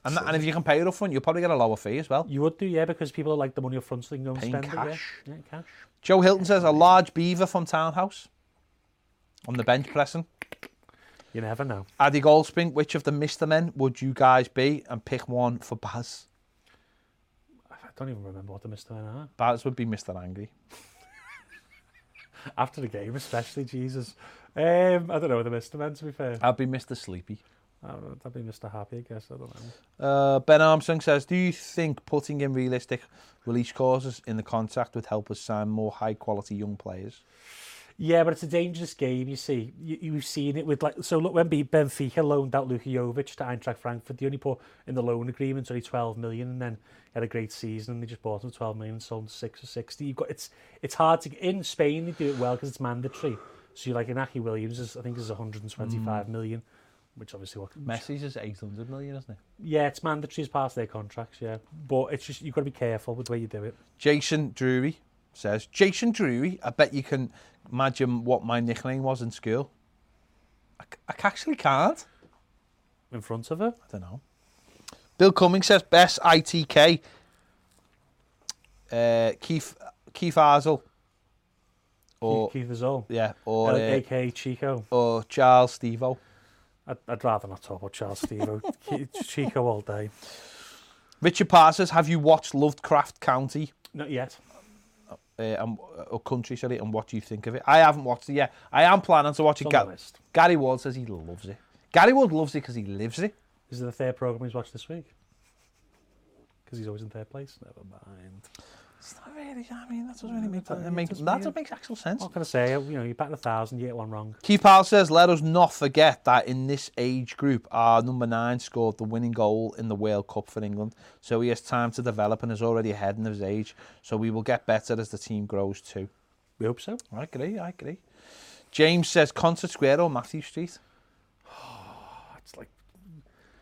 And, that, and if you can pay it up front, you'll probably get a lower fee as well. You would do, yeah, because people like the money up front, so they can go and Paying spend cash. it. Yeah, yeah cash. Joe Hilton says a large beaver from Townhouse on the bench pressing. You never know. Addy Goldspink, which of the Mister Men would you guys be? And pick one for Baz. I don't even remember what the Mister Men are Baz would be Mr. Angry. after the game, especially Jesus. Um, I don't know whether Mr. Men, to be fair. I'd be Mr. Sleepy. I don't know, that'd be Mr. Happy, I guess. I don't know. Uh, ben Armstrong says, do you think putting in realistic release clauses in the contract would help us sign more high-quality young players? Yeah, but it's a dangerous game, you see. You, you've seen it with like so look when B- Benfica loaned out Luka Jovic to Eintracht Frankfurt, they only put in the loan agreement only 12 million and then had a great season and they just bought him for 12 million and sold him for 6 or 60. You've got it's it's hard to in Spain they do it well because it's mandatory. So you're like Inaki Williams is I think is 125 million, which obviously what Mm. Messi's is 800 million, isn't it? Yeah, it's mandatory as part of their contracts, yeah. But it's just you've got to be careful with the way you do it. Jason Drury says, Jason Drury, I bet you can imagine what my nickname was in school. I, c- I c- actually can't. In front of her. I don't know. Bill Cummings says, best ITK. Uh, Keith, Keith Arzel. Or, Keith Keith is all. yeah, Uh, or, uh, AKA Chico. or Charles Stevo. I'd, I'd rather not talk about Charles Stevo. Chico all day. Richard Parr says, have you watched Lovecraft County? Not yet. uh, and, or country, sorry, and what do you think of it? I haven't watched it yet. I am planning to watch it. It's on Ga- the list. Gary Ward says he loves it. Gary Ward loves it because he lives it. Is it the third programme he's watched this week? Because he's always in third place. Never mind. It's not really, I mean, that doesn't really make, doesn't- that it makes, doesn't that really- doesn't make actual sense. What can I say? You know, you batting a thousand, you get one wrong. Keith Powell says, let us not forget that in this age group, our number nine scored the winning goal in the World Cup for England. So he has time to develop and is already ahead in his age. So we will get better as the team grows too. We hope so. I agree, I agree. James says, Concert Square or Matthew Street? Oh, it's like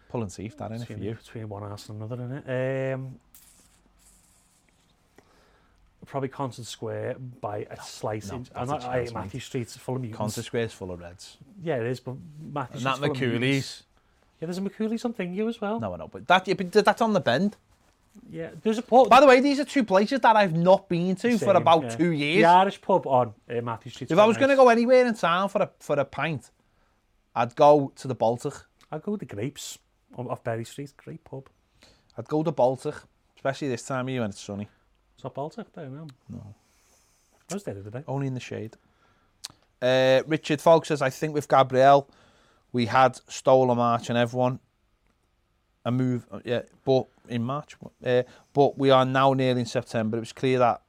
Pulling teeth, that ain't it for between, you. between one arse and another, isn't it? Um, probably Constant Square by a slight no, inch. that's I'm a not, I chance, hate Matthew Street's full of mutants. Concert Square's full of reds. Yeah, it is, but Matthew And Street's that full of mutants. McCoolies. Yeah, there's a McCooley's on Thingy as well. No, I know, but that yeah, but that's on the bend. Yeah, there's a port. By the way, these are two places that I've not been to for Same, about yeah. two years. The Irish pub on uh, Matthew Street. If I was going to go anywhere in town for a for a pint, I'd go to the Baltic. I'd go with the Grapes on, off Berry Street. Great pub. I'd go to Baltic, especially this time of year when it's sunny, It's not Baltic, don't know. No. I was there the other day. only in the shade. Uh, Richard Falk says, I think with Gabriel, we had stole a march and everyone a move. uh, Yeah, but in March, uh, but we are now nearly in September. It was clear that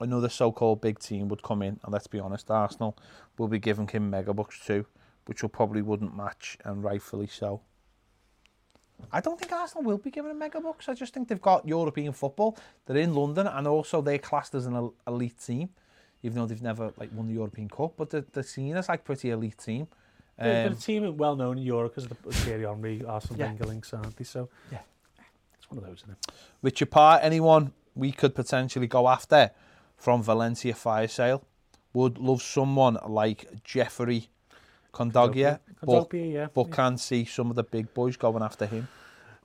another so-called big team would come in, and let's be honest, Arsenal will be giving him mega bucks too, which will probably wouldn't match, and rightfully so. I don't think Arsenal will be giving him mega bucks. I just think they've got European football. They're in London, and also they're classed as an el- elite team, even though they've never like won the European Cup. But they're, they're seen as like pretty elite team. They're- Um, they're a team well known in Europe because of the Thierry Henry, Arsenal Yeah. Wenger links, aren't they? So Yeah. it's one of those, isn't it? Richard Parr, anyone we could potentially go after from Valencia fire sale would love someone like Jeffrey Kondogbia, but, Kondogbia, yeah. but can see some of the big boys going after him.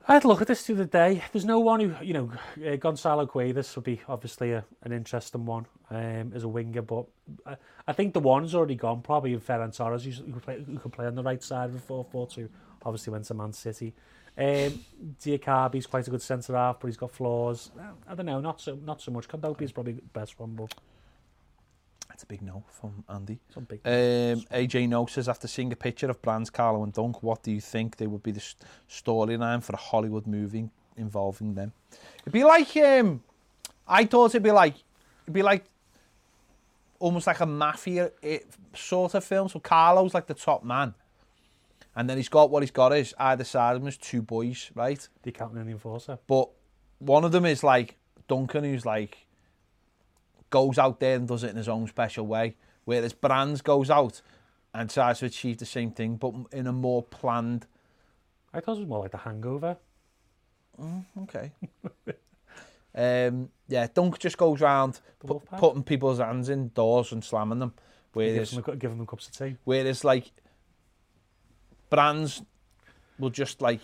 I had a look at this the other day. There's no one who, you know, uh, Gonzalo Guedes would be obviously a, an interesting one um, as a winger, but I, I think the one's already gone probably in Ferran Torres, who's- who could, play, who could play on the right side of a 4 4 2. Obviously, went to Man City. Um, Diacabi's quite a good centre half, but he's got flaws. I, I don't know, not so not so much. Kondogbia probably the best one, but That's a big no from Andy. some big. Um, AJ No says, after seeing a picture of Brands, Carlo and Dunk, what do you think they would be the s- storyline for a Hollywood movie involving them? It'd be like, um, I thought it'd be like, it'd be like almost like a mafia eh, sort of film. So Carlo's like the top man. And then he's got what he's got is either side of him is two boys, right? the captain and the enforcer. But one of them is like Duncan, who's like goes out there and does it in his own special way, whereas Brands goes out and tries to achieve the same thing, but m- in a more planned. I thought it was more like the hangover. Okay. um, yeah, Dunk just goes round The pu- Wolfpack? putting people's hands in doors and slamming them, Give whereas them, a, give them cups of tea. whereas like Brands will just like.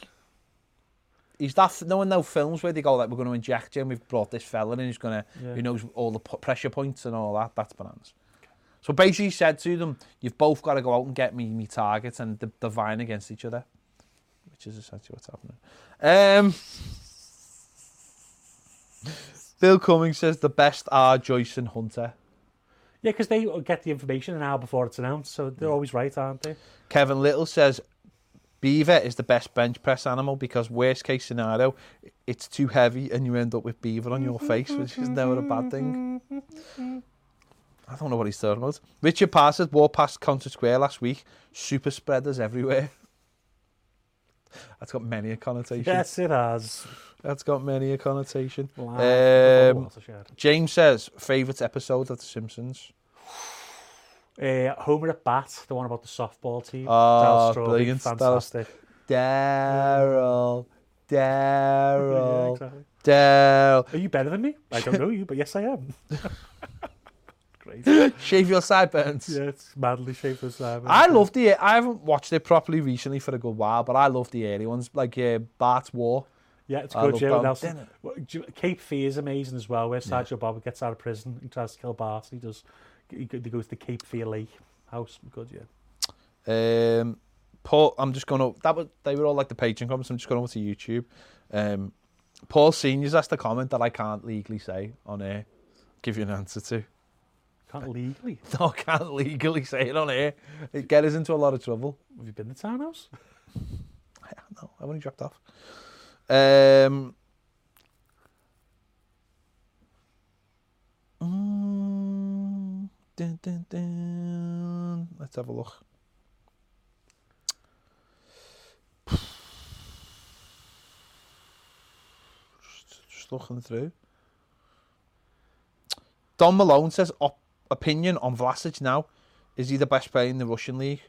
Is that knowing no films where they go like we're going to inject you and we've brought this fella in who's going to Yeah. who knows all the p- pressure points and all that. That's bananas. So basically, he said to them, "You've both got to go out and get me me targets and d- divine against each other," which is essentially what's happening. Um, Bill Cummings says the best are Joyce and Hunter. Yeah, because they get the information an hour before it's announced, so they're always right, aren't they? Kevin Little says beaver is the best bench press animal because worst case scenario, it's too heavy and you end up with beaver on your face, which is never a bad thing. I don't know what he's talking about. Richard Parr says walked past Concert Square last week. Super spreaders everywhere. That's got many a connotation. Yes, it has. That's got many a connotation. Um, Wow. What else I shared? James says favourite episode of The Simpsons. Uh, Homer at Bat, the one about the softball team. Oh, Daryl Strawberry, brilliant. Daryl- Fantastic. Daryl, Yeah, Daryl, exactly. Daryl. Are you better than me? I don't know you, but yes, I am. Great. Shave your sideburns. Yeah, it's madly shapeless. I love the. I haven't watched it properly recently for a good while, but I love the early ones, like uh, Bart's War. Yeah, it's I good. love Yeah, Bart. Nelson. Didn't Well, do you- Cape Fear is amazing as well, where Sergio Bobby gets out of prison and tries to kill Bart. He does. He go- he goes to Cape Fear Lake house. Good, yeah. Um, Paul, I'm just going to. That was they were all like the Patreon comments. I'm just going over to YouTube. Um, Paul Senior's asked a comment that I can't legally say on air. Give you an answer to. Can't legally. No, I can't legally say it on air. It get us into a lot of trouble. Have you been to townhouse? No, I've only dropped off. Um, mm, dun, dun, dun. Let's have a look. Just, just looking through. Don Malone says op- opinion on Vlasic now. Is he the best player in the Russian league?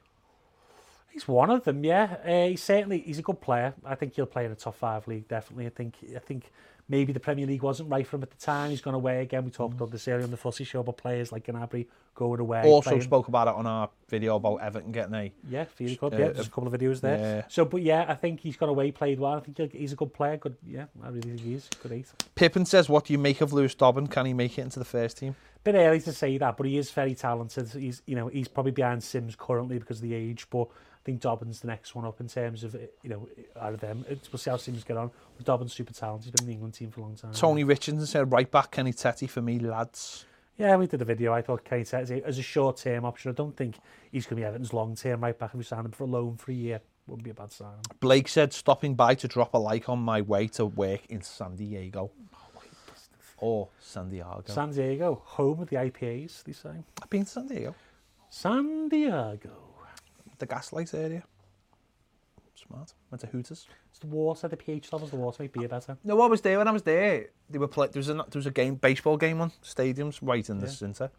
He's one of them, yeah. Uh, he's certainly he's a good player. I think he'll play in a top five league definitely. I think I think maybe the Premier League wasn't right for him at the time. He's gone away again. We Mm. talked about this earlier on the Fussy Show about players like Gnabry going away. also playing- spoke about it on our video about Everton getting a Yeah, Feely Club. Uh, Yeah, there's a couple of videos there. yeah. So, but yeah, I think he's gone away, played well. I think he'll, he's a good player. Good, yeah, I really think he is. Good eight. Pippin says, "What do you make of Lewis Dobbin? Can he make it into the first team?" Bit early to say that, but he is very talented. He's, you know, he's probably behind Sims currently because of the age, but I think Dobbin's the next one up in terms of, you know, out of them. It's, we'll see how Sims get on. But Dobbin's super talented. He's been in the England team for a long time. Tony Richardson said, "Right back, Kenny Tetty for me, lads." Yeah, we did a video. I thought Kenny Tetty as a short term option. I don't think he's going to be Everton's long term right back. If we sign him for a loan for a year, wouldn't be a bad sign. Blake said, "Stopping by to drop a like on my way to work in San Diego or Oh, San Diego." San Diego, home of the IPAs, they say. I've been to San Diego, San Diego. the Gaslight area. Smart. Went to Hooters. It's the water, the pH levels, the water might be better. No, I was there when I was there. They were play- there was a there was a game baseball game on stadiums right in the Yeah. centre,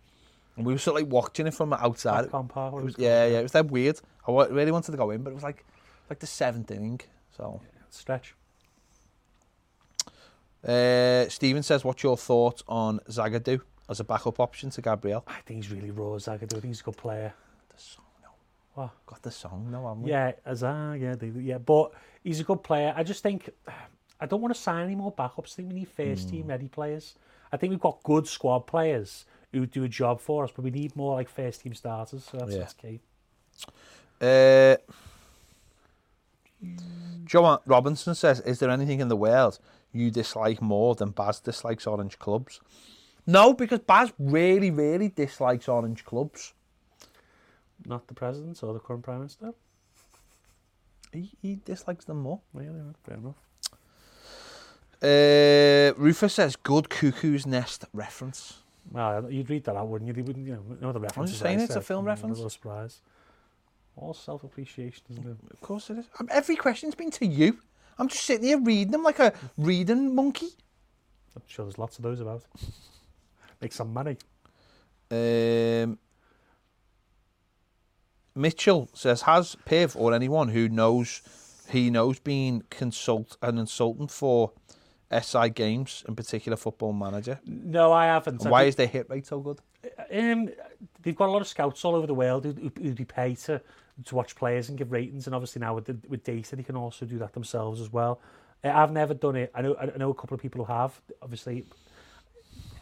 and we were sort of like watching it from outside. Hopcon Park, what It it was, was Uh, yeah, called, yeah, it was that weird. I wa- really wanted to go in, but it was like like the seventh inning. So Stretch. uh, Steven says, "What's your thoughts on Zagadou as a backup option to Gabriel?" I think he's really raw, Zagadou. I think he's a good player. The song, no. What? Got the song, no, haven't we? Yeah, Azar, yeah, they, yeah. But he's a good player. I just think I don't want to sign any more backups. I think we need first team ready players. I think we've got good squad players who do a job for us, but we need more like first team starters. So that's, Yeah. that's key. Uh, Joanne Uh, Robinson says, "Is there anything in the world you dislike more than Baz dislikes orange clubs?" No, because Baz really, really dislikes orange clubs. Not the president or the current prime minister. He, he dislikes them more. Really, yeah, fair enough. Uh, Rufus says, "Good cuckoo's nest reference." Well, you'd read that out, wouldn't you? They wouldn't, you know, know the reference. saying it's a film reference. A little surprise. All self appreciation, isn't it? Of course it is. Um, every question's been to you. I'm just sitting here reading them like a reading monkey. I'm sure there's lots of those about. Make some money. Um, Mitchell says, has Piv or anyone who knows he knows been consult an consultant for SI Games, in particular Football Manager? No, I haven't. And why I is their hit rate so good? think, um, they've got a lot of scouts all over the world who who- who'd be paid to, to watch players and give ratings. And obviously now with the, with data, they can also do that themselves as well. Uh, I've never done it. I know I know a couple of people who have. Obviously,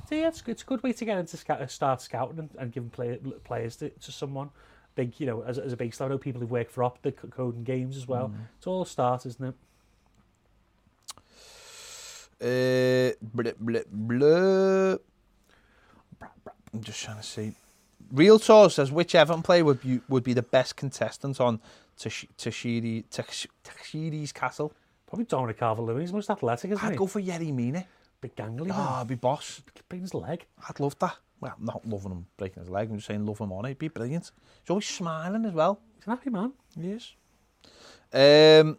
so yeah, it's, it's a good way to get into scout, start scouting and, and giving play, players to, to someone. Think you know as, as a base. I know people who work for Optic Code and Games as well. Mm. It's all a start, isn't it? Uh, bleh, bleh, bleh. I'm just trying to see. Real Tour says which Everton player would be, would be the best contestant on Tash- Tashiri Tash- Tashiri's castle? Probably Dominic Calvert-Lewin. He's most athletic, isn't I'd he? go for Yerry Mina. Big gangly. Ah, man. I'd be boss. Breaking his leg. I'd love that. Well, not loving him breaking his leg. I'm just saying love him on it. It'd be brilliant. He's always smiling as well. He's an happy man. Yes. Um,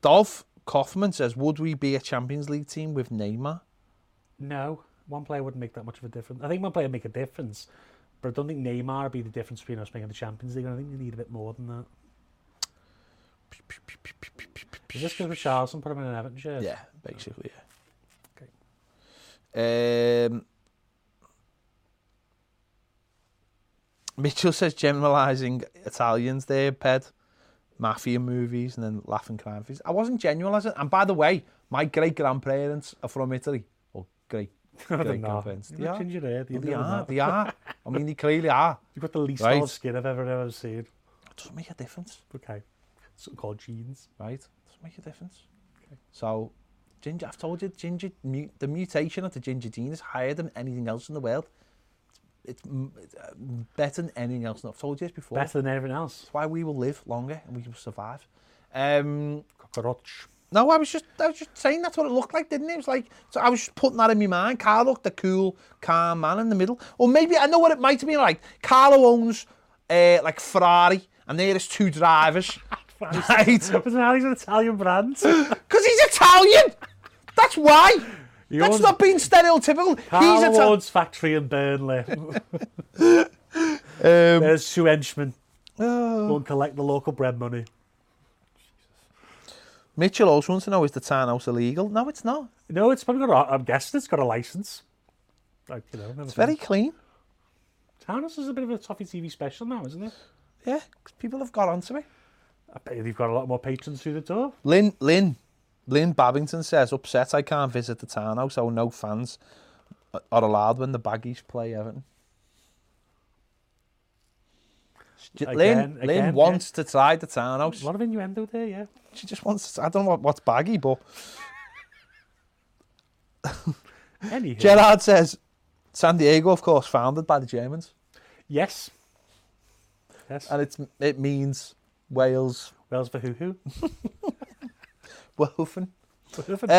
Dolph Kaufman says, would we be a Champions League team with Neymar? No, one player wouldn't make that much of a difference. I think one player would make a difference, but I don't think Neymar would be the difference between us making the Champions League. and I think we need a bit more than that. Is this because Richarlison put him in an Everton shirt? Yeah, basically, yeah. Okay. Um, Mitchell says generalising Italians there, Ped. Mafia movies and then laughing crime movies. I wasn't generalising. And by the way, my great grandparents are from Italy. Or great I great don't know. grandparents. You They look are. ginger haired, you Well, they know are. that. They are. I mean, they clearly are. You've got the least Right. olive skin I've ever ever seen. It doesn't make a difference, Okay, something called genes. right? It doesn't make a difference. So, ginger. I've told you, ginger. Mu- the mutation of the ginger gene is higher than anything else in the world. It's, it's m- it's, uh, better than anything else. And I've told you this before. Better than everything else. That's why we will live longer and we will survive. Um, Cockroach. No, I was just I was just saying that's what it looked like, didn't it? It was like so I was just putting that in my mind. Carl looked the cool, calm man in the middle. Or maybe I know what it might have been like. Carlo owns uh, like Ferrari and there's two drivers. right? But now he's an Italian brand. Because he's Italian! That's why! That's owns- not being stereotypical. he's Um, Carl Italian. Ward's factory in Burnley. There's two henchmen. Go and collect the local bread money. Mitchell also wants to know is the townhouse illegal? No, it's not. No, it's probably got. A, I'm guessing it's got a license. Like you know, It's very clean. Townhouse is a bit of a toffee TV special now, isn't it? Yeah, 'cause people have got onto it. I bet they've got a lot more patrons through the door. Lynn, Lynn, Lynn Babington says, upset I can't visit the townhouse, so no fans are allowed when the baggies play Everton. J- Again, Lynn, again, Lynn yeah. wants to try the townhouse. A lot of innuendo there, yeah. She just wants to, I don't know what, what's baggy, but Anywho, Gerard says, San Diego, of course, founded by the Germans, yes, yes. and it's, it means Wales, Wells for hoo hoo. Wofen. But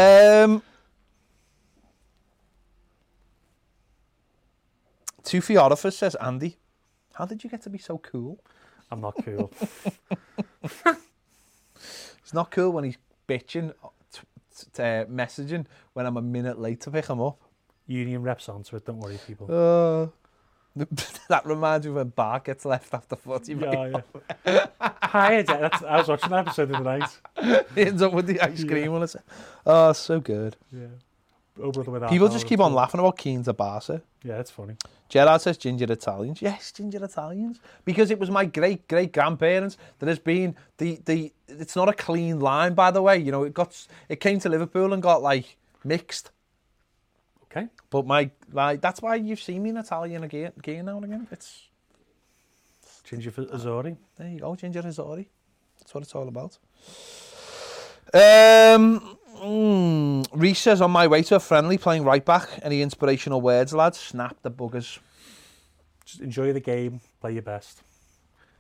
Um, two Fiorifers says, Andy, how did you get to be so cool? I'm not cool. It's not cool when he's bitching, uh, t- t- t- uh, messaging when I'm a minute late to pick him up. Union reps onto it. Don't worry, people. Uh, that reminds me when Bart gets left after 40 yeah, yeah. Hi, Jack. That's, I was watching that episode of the night. He ends up with the ice cream. on his- Oh, so good. Yeah. Oh, brother, with People alcohol, just of keep on course. laughing about Keane's at Barca. Yeah, it's funny. Gerard says ginger Italians. Yes, ginger Italians. Because it was my great great grandparents that has been the the. It's not a clean line, by the way. You know, it got s- it came to Liverpool and got like mixed. Okay. But my like that's why you've seen me in Italian again, again now and again. It's Ginger for Azori. there you go, ginger Azori. That's what it's all about. Um, mm, Reece says on my way to a friendly playing right back. Any inspirational words, lads? Snap the buggers. Just enjoy the game. Play your best.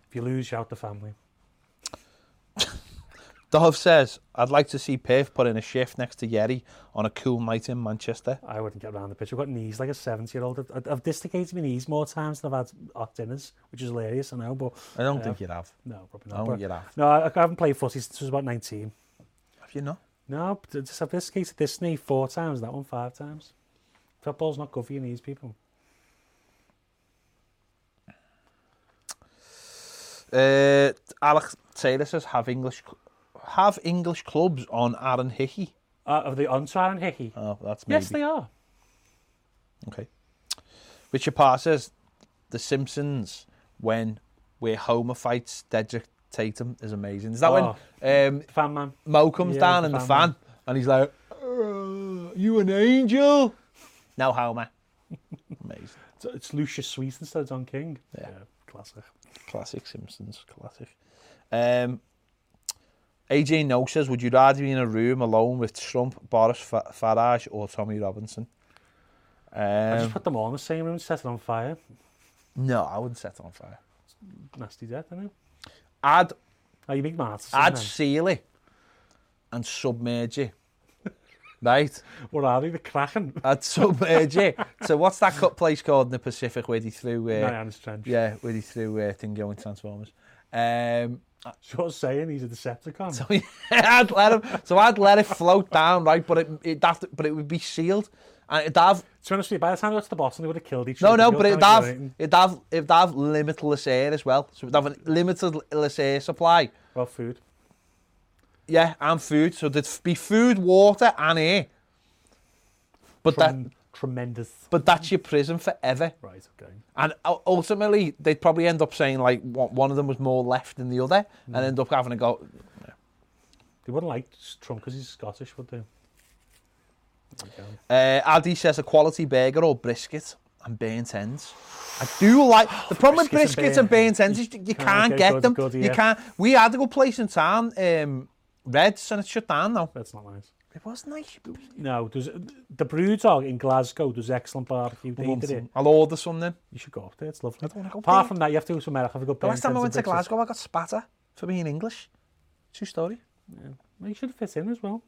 If you lose, shout the family. Dove says, I'd like to see Piv put in a shift next to Yeri on a cool night in Manchester. I wouldn't get around the pitch. I've got knees like a 70 year old. I've, I've dislocated my knees more times than I've had hot dinners, which is hilarious, I know, but I don't Yeah. think you'd have. no, probably I not. don't But- think you'd have. no, I, I haven't played footy since I was about 19. Have you not? No, but just I've dislocated this knee four times, that one five times. Football's not good for your knees, people. Uh, Alex Taylor says, have English have English clubs on Aaron Hickey. Uh, are they on to Aaron Hickey? Oh, that's maybe. yes, they are. Okay. Richard Parr says, The Simpsons, when where Homer fights Dedrick Tatum, is amazing. Is that when um, Fan man. Mo comes Oh. Yeah, down the and the fan fan, and he's like, "Uh, You an angel? No, Homer. amazing. It's, it's Lucius Sweet instead of Don King. Yeah. classic. Classic Simpsons, classic. Um, AJ No says, would you rather be in a room alone with Trump, Boris Fa- Farage, or Tommy Robinson? I Um, just put them all in the same room and set it on fire. no, I wouldn't set it on fire. Nasty death, I know. I'd Oh, you big martyrs. I'd seal it and submerge it. right? What are they? The Kraken? I'd submerge it. So what's that cut place called in the Pacific where they threw uh, Diana's trench. yeah, where they threw uh, thing going Transformers. Um Sort of saying he's a Decepticon. so I'd let him so I'd let it float down, right? But it it have to, but it would be sealed. And it'd have to be honest with you, by the time they got to the bottom, they would have killed each no other. no, They but all it'd kinda have got it'd have it'd have limitless air as well. So it'd have a limitless air supply. Well, food. Yeah, and food. So there'd be food, water, and air. But that Trem- Tremendous. but that's your prison forever. Right, okay. And u- ultimately, they'd probably end up saying like one one of them was more left than the other, and end up having a go. They wouldn't like Trump because he's Scottish, would they? Okay. Uh, Addy says a quality burger or brisket and burnt ends. I do like the problem Briskets with and briskets and burnt- burnt ends is you, you can't can't get get good- them. good, you yeah. can't. We had a good place in town, um, Reds, and it shut down now. That's not nice. It was nice. No, there's, the Brewdog in Glasgow does excellent barbecue. They did it. I'll order some then. You should go up there. It's lovely. I don't wanna go Apart there. from that, you have to go to America. Have a good The last time I burger went to and breakfast. Glasgow, I got spatter for being English. True story. Well, You should fit in as well.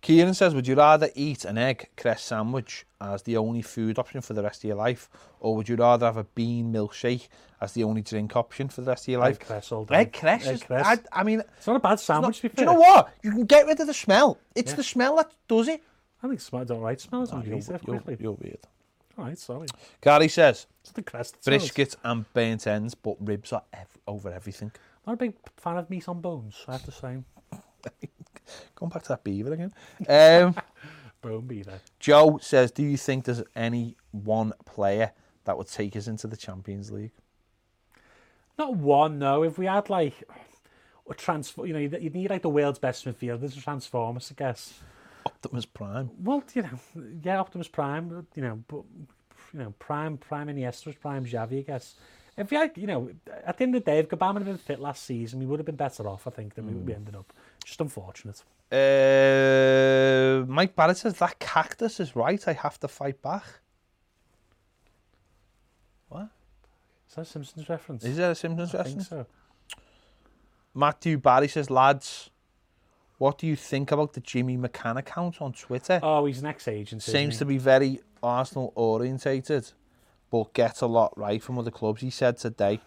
Kieran says, would you rather eat an egg cress sandwich as the only food option for the rest of your life, or would you rather have a bean milkshake as the only drink option for the rest of your life? Egg cress all day. Egg cress. Egg is- cress. I, I mean, It's not a bad not, sandwich, do to be you fair. know what? You can get rid of the smell. It's Yeah. Oh, the smell that does it. I think smells all right. Smells Ah, on you're, you that you're- quickly. you're weird. All right, sorry. Gary says, It's the crest. that smells. brisket and burnt ends, but ribs are ev- over everything. Not a big fan of meat on bones, I have to say. Going back to that beaver again. Um, Bone be there. Joe says, do you think there's any one player that would take us into the Champions League? Not one, no. If we had like a transfer, you know, you'd, you'd need like the world's best midfielders to transform us, I guess. Optimus Prime. Well, you know, yeah, Optimus Prime, you know, but you know, Prime, Prime Iniesta, Prime Xavi, I guess. If we had, you know, at the end of the day, if Gabam had been fit last season, we would have been better off, I think, than we we ended up. Just unfortunate. Uh, Mike Barrett says that cactus is right. I have to fight back. Is that a Simpsons reference? Is there a Simpsons I think reference? so. Matthew Barry says, lads, what do you think about the Jimmy McCann account on Twitter? Oh, he's an ex-agent. isn't Seems he? to be very Arsenal orientated, but gets a lot right from other clubs. He said today,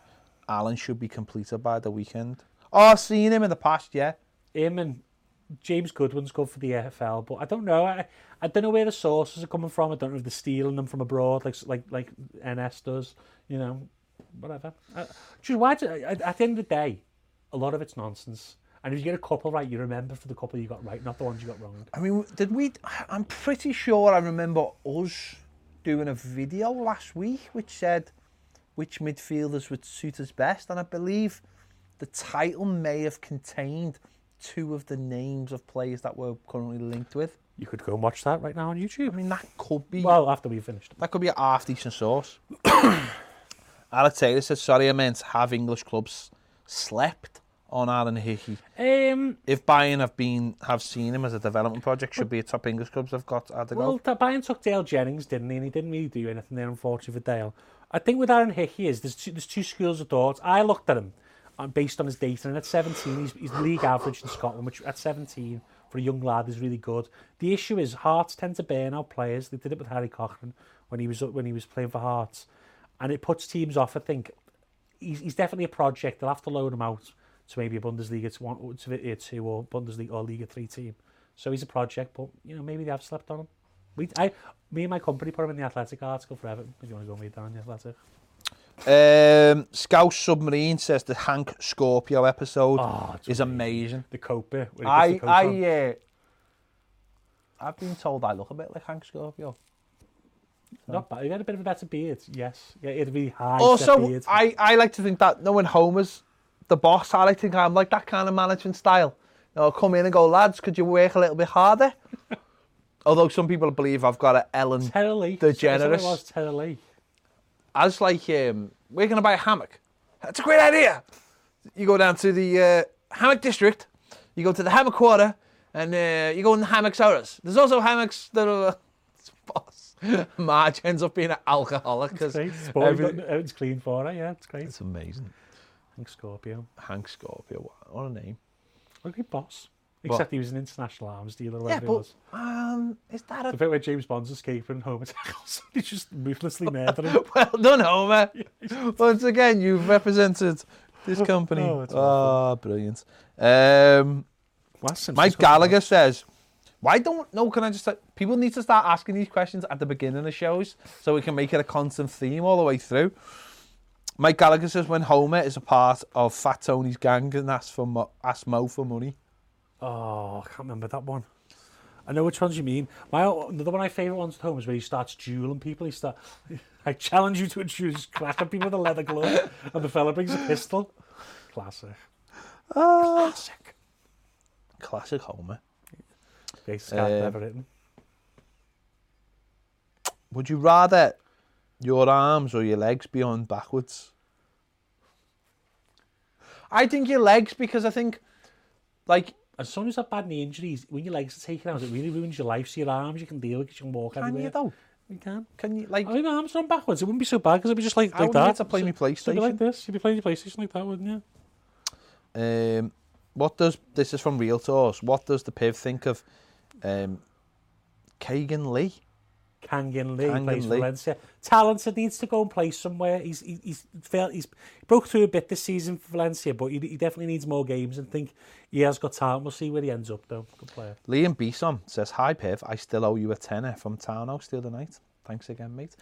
Allen should be completed by the weekend. Oh, I've seen him in the past, yeah. him and James Goodwin's good for the AFL, but I don't know. I, I don't know where the sources are coming from. I don't know if they're stealing them from abroad, like like like NS does. You know, whatever. I, just why? Do, at, at the end of the day, a lot of it's nonsense. And if you get a couple right, you remember for the couple you got right, not the ones you got wrong. I mean, did we? I'm pretty sure I remember us doing a video last week which said which midfielders would suit us best, and I believe the title may have contained two of the names of players that we're currently linked with. You could go and watch that right now on I YouTube. mean, that could be Well, after we've finished. that could be a half decent source. Alex Taylor said, "Sorry, I meant have English clubs slept on Alan Hickey. Um, If Bayern have been have seen him as a development project, should be a top English clubs. I've got had a go. well, that Bayern took Dale Jennings, didn't he? And he didn't really do anything there, unfortunately, for Dale. I think with Aaron Hickey is there's two, there's two schools of thought. I looked at him and based on his data, and at 17, he's, he's league average in Scotland, which at 17 for a young lad is really good. The issue is Hearts tend to burn out players. They did it with Harry Cochran when he was when he was playing for Hearts, and it puts teams off. I think he's, he's definitely a project. They'll have to loan him out to maybe a Bundesliga to one, to Liga two or Bundesliga or Liga three team. So he's a project, but you know maybe they have slept on him. We, I, me and my company put him in the Athletic article for Everton. If you want to go and read that on the Athletic, Um, Scouse Submarine says the Hank Scorpio episode Oh, it's is amazing. the coat bit. where he Ah, I, puts the coat I, on. uh, I've been told I look a bit like Hank Scorpio. uh, not bad. He had a bit of a better beard. Yes, yeah, he had a really high. set also, beard. Oh, I, I like to think that knowing Homer's the boss, I like to think I'm like that kind of management style. You know, I'll come in and go, lads, could you work a little bit harder? Although some people believe I've got an Ellen. Terry Lee. The Is that what generous. It was Terry Lee. As like, um, we're going to buy a hammock. That's a great idea. You go down to the uh, hammock district, you go to the hammock quarter, and uh, you go in the hammocks hours. There's also hammocks that are. It's boss. Marge ends up being an alcoholic because Great. Sport, every- we've got- oh, it's clean for her. Yeah, it's great. it's amazing. Hank Scorpio. Hank Scorpio, what- what a name. What a good boss. Except he was an international arms dealer. Yeah, whatever he but was. um, is that The a bit where James Bond's escaping and Homer tackles him. He's just ruthlessly murdering him. well done, Homer? Once again, you've represented this company. Oh, Oh, it's brilliant. Um, Well, that's Simpsons Mike coming up. Gallagher says, "Why don't no? Can I just people need to start asking these questions at the beginning of shows so we can make it a constant theme all the way through." Mike Gallagher says when Homer is a part of Fat Tony's gang and asks for mo- asks Mo for money. Oh, I can't remember that one. I know which ones you mean. My another one of my favourite ones at home is where he starts dueling people. He start, I challenge you to a duel, just cracking people with a leather glove, and the fella brings a pistol. Classic, classic. Classic Homer. Greatest character Um, ever written. Would you rather your arms or your legs be on backwards? I think your legs because I think, like, As someone who's had bad knee injuries, when your legs are taken out, it really ruins your life. So your arms, you can deal with it, you can walk can everywhere. you though? You can. Can you like? I mean, my arms are on backwards. It wouldn't be so bad because it'd be just like, I like would need that. to play my So it'd be like PlayStation. this. You'd be playing your PlayStation like that, wouldn't you? Um, what does this is from Real Tours? What does the Piv think of um, Kagan Lee? Kangan Lee Kangan plays for Lee. Valencia. Talented, needs to go and play somewhere. He's he, he's failed, he's broke through a bit this season for Valencia, but he, he definitely needs more games and think he has got talent. We'll see where he ends up though. Good player. Liam Beeson says, "Hi Piv, I still owe you a tenner from Townhouse the other night. Thanks again, mate."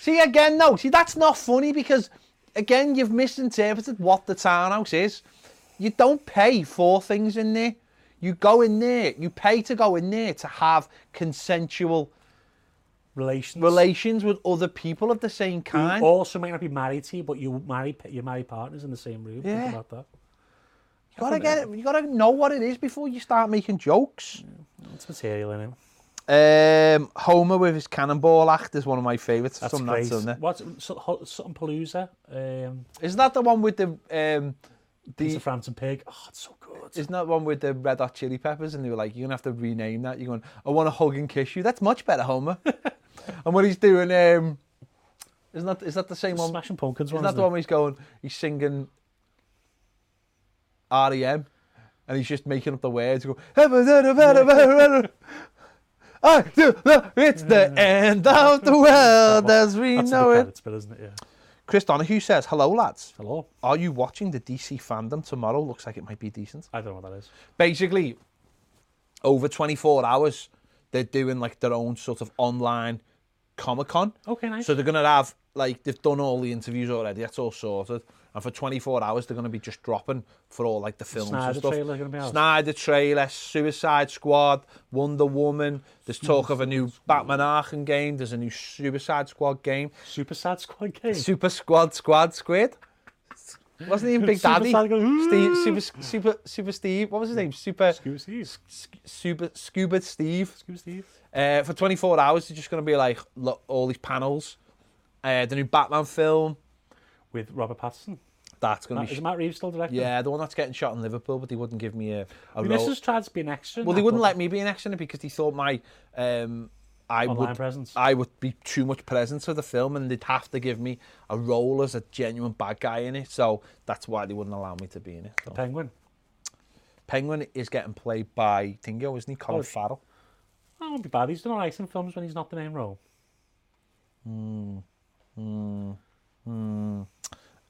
See again, no, see that's not funny because again you've misinterpreted what the Townhouse is. You don't pay for things in there. You go in there. You pay to go in there to have consensual Relations. relations with other people of the same You kind. also might not be married to you, but you marry you marry partners in the same room. Yeah. Think about that. You gotta get it. You gotta know what it is before you start making jokes. It's material in him. Um, Homer with his cannonball act is one of my favourites. That's Some great. that's on there. What's so, ho- Sutton Palooza? Um, Isn't that the one with the um, Piece of the? Frampton Pig. Oh, it's so good. Isn't that one with the red hot chili peppers? And they were like, "You're gonna have to rename that." You're going, "I want to hug and kiss you." That's much better, Homer. and what he's doing, um, isn't that is that the same one? Smashing Pumpkins Isn't one. that the isn't one where he's going? He's singing REM, and he's just making up the words. Go, I do know it's the end of the world as it? we That's know it. the credits bit, isn't it? Yeah. Chris Donahue says, "Hello lads, Hello. are you watching the DC fandom tomorrow? Looks like it might be decent." I don't know what that is. basically over 24 hours they're doing like their own sort of online comic con Okay, nice. so they're gonna have like they've done all the interviews already that's all sorted and for 24 hours they're gonna be just dropping for all like the films and Snyder stuff trailer gonna be out? Snyder trailer Suicide Squad Wonder Woman there's talk of a new Batman Arkham game there's a new Suicide Squad game Super Sad Squad game. Super Squad Squad Squid wasn't he in Big Super Daddy Squad go, Steve, Super Super Super Steve what was his name Super Scuba Steve. Sc- Scuba, Scuba Steve. Scuba Steve. Uh, for 24 hours, they're just going to be like look, all these panels. Uh, the new Batman film. With Robert Pattinson. That's going Matt, to be. is Sh- Matt Reeves still directing? yeah, the one that's getting shot in Liverpool, but they wouldn't give me a, a I mean, role. this is tried to be an extra. in Well, that, they wouldn't but let me be an extra in it because they thought my um, I Online would presence. I would be too much presence of the film, and they'd have to give me a role as a genuine bad guy in it. So that's why they wouldn't allow me to be in it. So. Penguin. Penguin is getting played by Dingo, isn't he? Colin Oh. Farrell. That won't Oh, be bad. He's done all right in films when he's not the main role.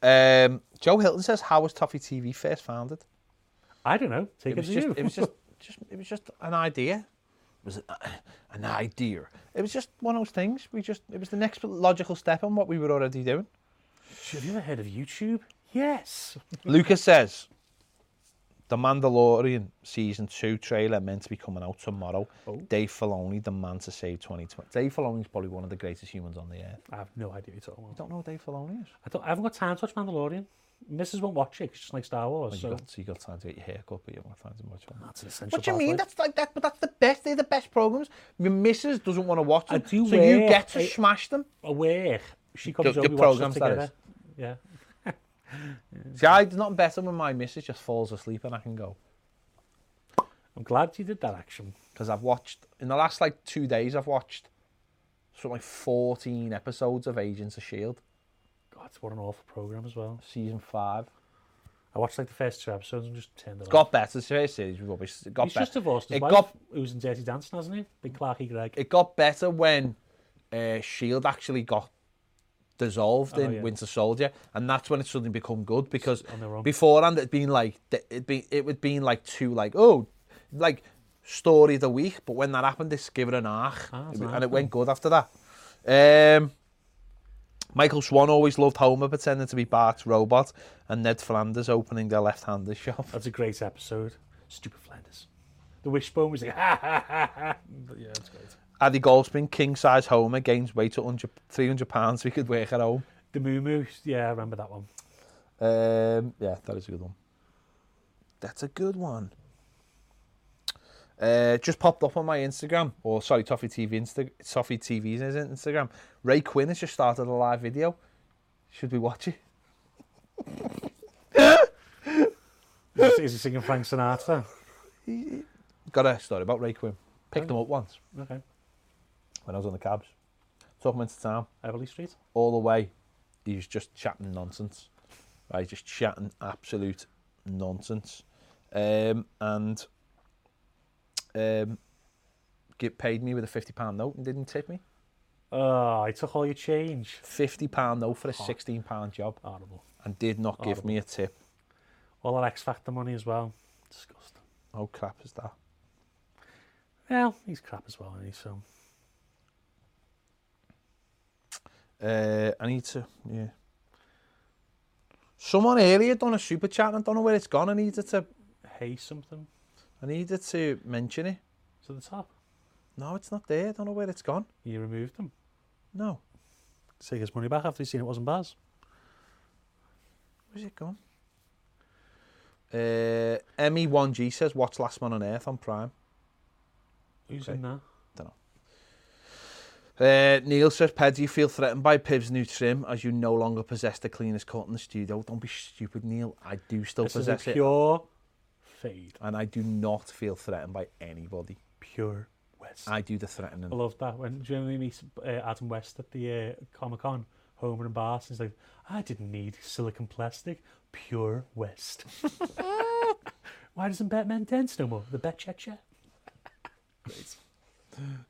Um, Joe Hilton says, "How was Toffee TV first founded?" I don't know. Take It it, was to just, you. it was just, just, it was just an idea. It was uh, an idea. It was just one of those things. We just, it was the next logical step on what we were already doing. Have you ever heard of YouTube? Yes. Lucas says, "The Mandalorian season two trailer meant to be coming out tomorrow." Dave Filoni, the man to save 2020. Dave Filoni's probably one of the greatest humans on the earth. I have no idea what you're talking I about. don't know who Dave Filoni is. I, don't, I haven't got time to watch Mandalorian. Mrs. won't watch it 'cause she doesn't like Star Wars. Well, so you got, so you got time to get your hair cut, but you haven't got time to watch one. that's an essential What do you part mean? of life. That's like that, but that's the best. They're the best programs. Your missus doesn't want to watch I them, so do you wear get to a- smash them. Aware. She comes Your- over, your we watch stuff programmes, that together. Yeah. See, I, it's not better when my missus just falls asleep and I can go. I'm glad you did that action. Because I've watched, in the last like two days, I've watched something like 14 episodes of Agents of S.H.I.E.L.D. God, what an awful program as well. E season 5. I watched like the first two episodes and just turned it off. Got better. The first series was rubbish. It got He's better. just divorced his it Mm. wife, got who's in Dirty Dancing, hasn't he? Big E. Clarky Greg. it got better when uh, Shield actually got dissolved Oh, in yeah. Winter Soldier, and that's when it suddenly become good because on their own. beforehand it'd been like th- it'd be it would been like two like oh like story of the week, but when that happened, they gave it an arc, Ah, It that's wa- nice, and it went good after that. Um, Michael Swan always loved Homer pretending to be Bart's robot, and Ned Flanders opening their left-handed shop. That's a great episode. Stupid Flanders. The wishbone was like, "Ah, ha ha ha ha. But yeah, it's great. Addy Goldspin, king-size Homer, gains weight to 100 300 pounds so he could work at home. The Moo Moo. Yeah, I remember that one. Um, yeah, that is a good one. That's a good one. Uh, just popped up on my Instagram, or sorry, Toffee TV Insta, Toffee TV's is Instagram. Ray Quinn has just started a live video. Should we watch it? Is he- is he singing Frank Sinatra? Got a story about Ray Quinn. Picked him up once Okay. when I was on the cabs. Took him into town. Everly Street. all the way, he's just chatting nonsense. Right, just chatting absolute nonsense. Um, and um, get paid me with a fifty pound note and didn't tip me. Oh, I took all your change. Fifty pound note for a sixteen pound job Horrible. and did not give me a tip. All that X Factor money as well. Disgusting. How crap is that? Well, he's crap as well, isn't he? So Uh, I need to, yeah. Someone earlier done a super chat and I don't know where it's gone. I needed to, hey something I needed to mention it. to the top. No, it's not there. I don't know where it's gone. You removed him. No, Take his money back after he's seen it wasn't Baz. Where's it gone? Uh, ME1G says, What's Last Man on Earth on Prime? Who's Okay. in that? Uh, Neil says, Ped, you feel threatened by Piv's new trim as you no longer possess the cleanest cut in the studio. Don't be stupid, Neil. I do still This is a possess it. pure fade. And I do not feel threatened by anybody. Pure West. I do the threatening. I loved that when do you remember when he meets uh, Adam West at the uh, Comic Con, Homer and Bart. He's like, I didn't need silicon plastic, pure West. Why doesn't Batman dance no more? The Bat Chat Chat.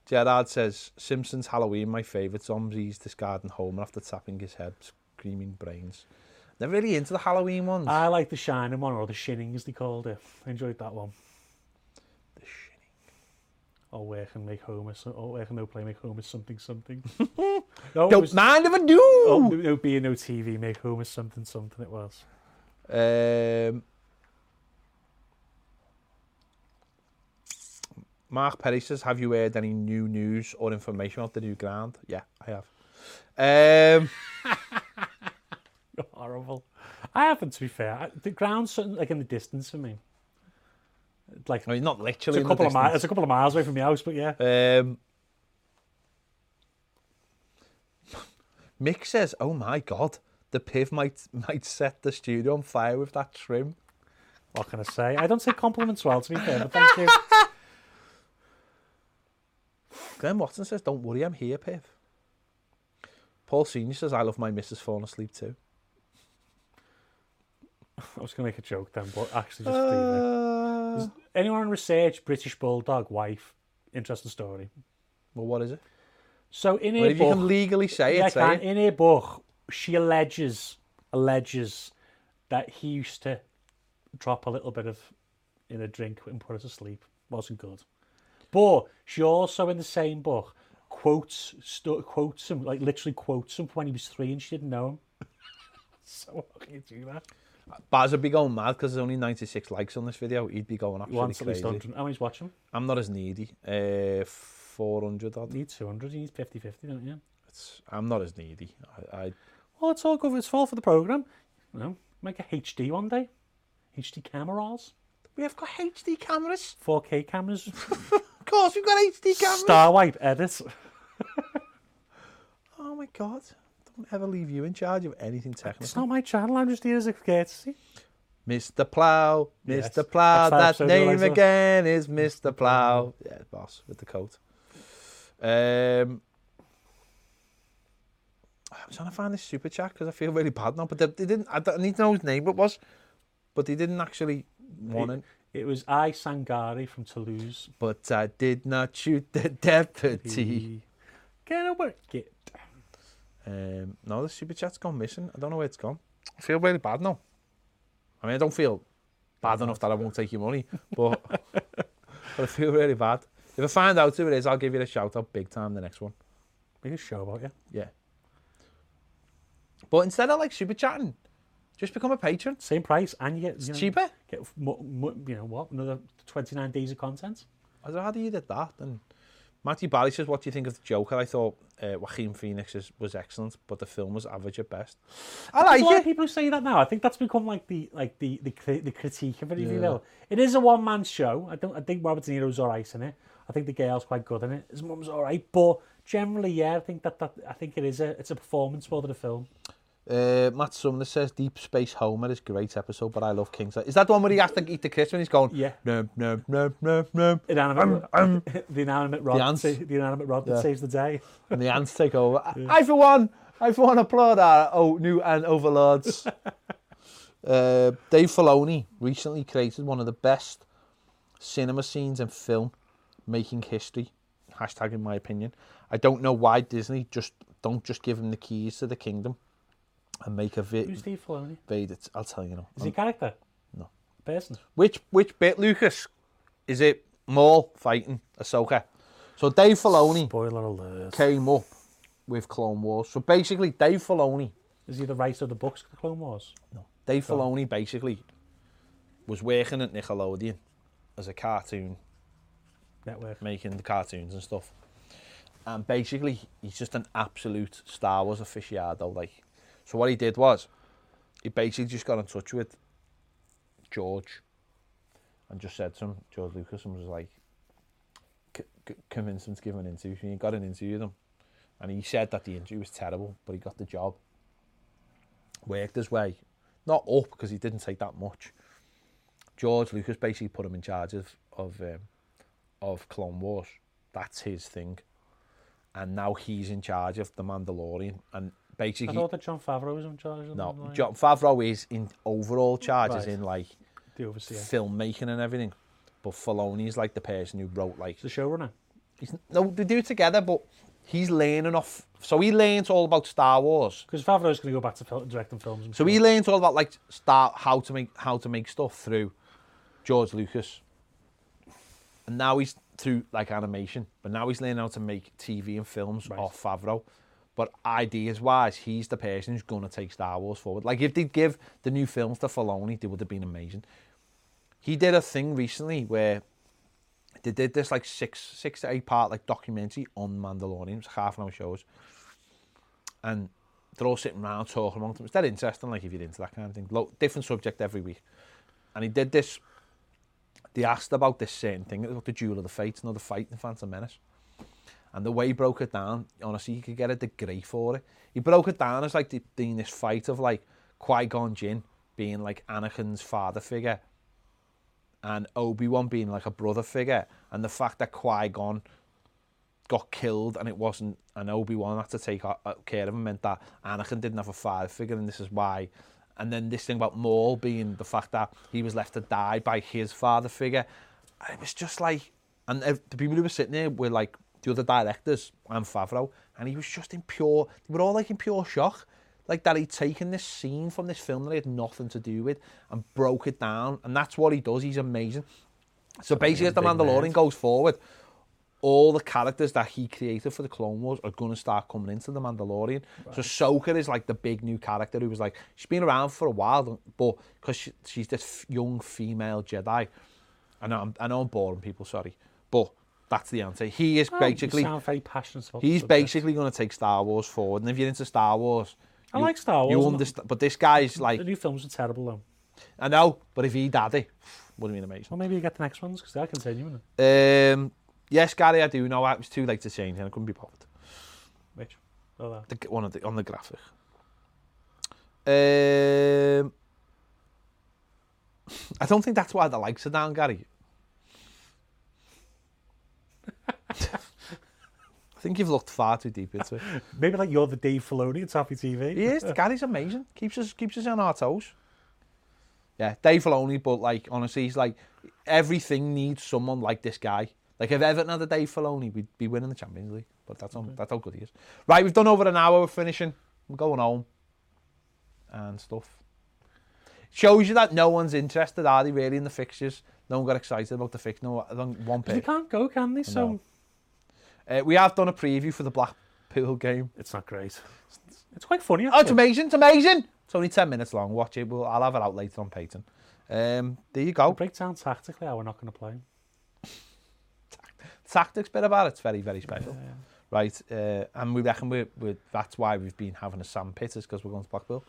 Gerard says, Simpsons Halloween, my favourite. Zombies discarding Homer after tapping his head, screaming brains. They're really into the Halloween ones. I like the Shining one, or the Shinning as they called it. I enjoyed that one. The shit. Or where can make Homer, so, or where can no play make Homer something something. no, it Don't was, mind if I do! oh, no, no beer, no TV, make Homer something something. It was. Um, Mark Perry says, "Have you heard any new news or information about the new ground?" Yeah, I have. Um, You're horrible. I happen to be fair. I- The ground's sort of like in the distance for me. Like I mean, not it's literally. a in the couple of miles. distance. It's a couple of miles away from your house, but yeah. Um, Mick says, "Oh my god, the piv might might set the studio on fire with that trim." What can I say? I don't say compliments well, to be fair. But thank you. Glenn Watson says, "Don't worry, I'm here, piv." Paul Senior says, "I love my missus falling asleep too." I was gonna make a joke then, but actually just leave Uh. it. Is anyone in research? British bulldog wife. Interesting story. Well, what is it? So in Well, a if you can book, legally say yeah, I it, say can. it. in a book, she alleges alleges that he used to drop a little bit of in a drink and put her to sleep. Wasn't good. But she also, in the same book, quotes sto- quotes him, like literally quotes him from when he was three and she didn't know him. so how can you do that? Baz would be going mad because there's only 96 likes on this video. He'd be going He wants absolutely at least crazy. 100. How many's watching? I'm not as needy. Uh, 400 odd. You need 200, you need 50 50, don't you? It's- I'm not as needy. I, I Well, it's all good. It's all for the programme. You know, make a HD one day. HD cameras, we have got HD cameras. 4K cameras. Of course, we've got HD cameras. Starwipe edit. Oh my god! Don't ever leave you in charge of anything It's technical. not my channel. I'm just here as a courtesy. Mr. Plow, Yes. Mr. Plow. That's That that name episode of again is Mr. Plow. Yeah, boss with the coat. Um, I'm trying to find this super chat because I feel really bad now. But they, they didn't. I, don't- I need to know his name. It was, but they didn't actually want it. It was I Sangari from Toulouse. But I did not shoot the deputy. He- Gonna work it. Um, no, the super chat's gone missing. I don't know where it's gone. I feel really bad now. I mean, I don't feel bad enough that I won't take your money, but, but I feel really bad. If I find out who it is, I'll give you a shout out big time the next one. Make a show about you. But instead of like super chatting, just become a patron. Same price, and you get It's you know, cheaper. Get mo- mo- you know what? Another 29 days of content. I'd rather you did that than Matthew Barry says, "What do you think of the Joker?" I thought uh, Joaquin Phoenix is, was excellent, but the film was average at best. I There's like a lot of it. people who say that now. I think that's become like the like the the, cri- the critique of it, if you Yeah. will. It is a one man show. I don't. I think Robert De Niro's all right in it. I think the girl's quite good in it. His mum's all right, but generally, yeah, I think that, that I think it is a it's a performance more than a film. Uh, Matt Sumner says Deep Space Homer is a great episode, but I love King's. Is that the one where he has to eat the crisp and he's going, Yeah. no, no, no, no, no, Inanimate, um. the inanimate rod, The the, ants. the inanimate rod Yeah. that saves the day. and the ants take over. I- I for one, I for one applaud our oh, new ant overlords. uh, Dave Filoni recently created one of the best cinema scenes in film, making history. Hashtag in my opinion. I don't know why Disney just don't just give him the keys to the kingdom and make a vi- Who's Steve Filoni? Vader. I'll tell you now. Is he a character? Um, No. Person. Which which bit, Lucas? Is it Maul fighting Ahsoka? So Dave Filoni Spoiler alert. came up with Clone Wars. So basically, Dave Filoni, Is he the writer of the books for the Clone Wars? Dave Filoni basically was working at Nickelodeon as a cartoon, Network. making the cartoons and stuff. And basically, he's just an absolute Star Wars aficionado. Like, so what he did was, he basically just got in touch with George, and just said to him, George Lucas, and was like, c- c- convince him to give him an interview. So he got an interview with him, and he said that the interview was terrible, but he got the job. Worked his way, not up because he didn't take that much. George Lucas basically put him in charge of of um, of Clone Wars. That's his thing, and now he's in charge of the Mandalorian, and I basically. thought that John Favreau was in charge of No, them, like, John Favreau is in overall charges Right. in like the overseer. filmmaking and everything, but Filoni's like the person who wrote like The showrunner. he's, no, they do it together, but he's learning off. So he learns all about Star Wars. Because Favreau's going to go back to fil- directing films. I'm So sure. he learns all about like start how to make how to make stuff through George Lucas, and now he's through like animation, but now he's learning how to make TV and films Right. off Favreau. But ideas wise, he's the person who's going to take Star Wars forward. Like if they'd give the new films to Filoni, they would have been amazing. He did a thing recently where they did this like six six to eight part like documentary on Mandalorian. It was half an hour shows, and they're all sitting around talking amongst them. It's dead interesting, like if you're into that kind of thing. Lo- different subject every week, and he did this. They asked about this certain thing. It was about the Duel of the Fates, not the fight in Phantom Menace. And the way he broke it down, honestly, you could get a degree for it. He broke it down as like the, the this fight of like Qui Gon Jinn being like Anakin's father figure, and Obi Wan being like a brother figure, and the fact that Qui Gon got killed and it wasn't, and Obi Wan had to take uh, uh, care of him meant that Anakin didn't have a father figure, and this is why. And then this thing about Maul being the fact that he was left to die by his father figure, and it was just like, and ev- the people who were sitting there were like the other directors and Favreau, and he was just in pure, they were all like in pure shock. Like that he'd taken this scene from this film that he had nothing to do with and broke it down. And that's what he does. He's amazing. So basically, as the big Mandalorian nerd. goes forward, all the characters that he created for the Clone Wars are going to start coming into the Mandalorian. So Soka is like the big new character who was like she's been around for a while, but because she, she's this f- young female Jedi. I know I'm, I know I'm boring people, sorry, but that's the answer. He is Oh, basically You sound very passionate about the he's subject. basically going to take Star Wars forward, and if you're into Star Wars, I like Star Wars. you I'm not- understand. But this guy's like The new films are terrible, though. I know, but if he'd had it, would have been amazing. Well, maybe you get the next ones because they're continuing. Um, yes, Gary, I do know. It was too late to change, and I couldn't be bothered. Which? Oh, that. The, one of the, on the graphic. Um, I don't think that's why the likes are down, Gary. I think you've looked far too deep into it. Maybe like you're the Dave Filoni at Taffy TV. He is. Gary's amazing. Keeps us keeps us on our toes. Yeah, Dave Filoni, but like honestly, he's like everything needs someone like this guy. Like if Everton had a Dave Filoni, we'd be winning the Champions League. But that's on, that's how good he is. Right, we've done over an hour. We're finishing. We're going home and stuff. Shows you that no one's interested, are they? Really in the fixtures? No one got excited about the fix. No, I don't- one They pick. can't go, can they? So No. Uh, we have done a preview for the Blackpool game. it's not great. It's, it's quite funny. Oh, it's actually. amazing! It's amazing. It's only ten minutes long. Watch it. We'll, I'll have it out later on Peyton. Um, there you go. break down tactically how we're not going to play. Tactics bit about it. It's very very special. Eh, Right, uh, and we reckon we're, we're, that's why we've been having a sandpit is because we're going to Blackpool.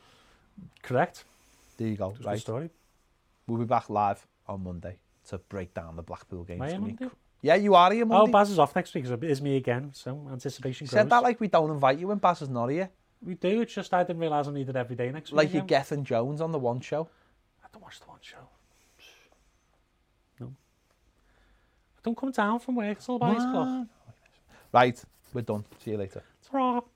Correct. There you go. That's a good Right, story. we'll be back live on Monday to break down the Blackpool game. Am I It's here gonna be Monday? cr- Yeah, you are here Oh, Monday. Baz is off next week. so It is me again. So anticipation you grows. said that like we don't invite you when Bass is not here. we do. It's just I didn't realise I needed every day next week. Like you're again. Gethin Jones on the one show. I don't watch the one show. No. I don't come down from work till about eight o'clock. Right, we're done. See you later. Ta-ra.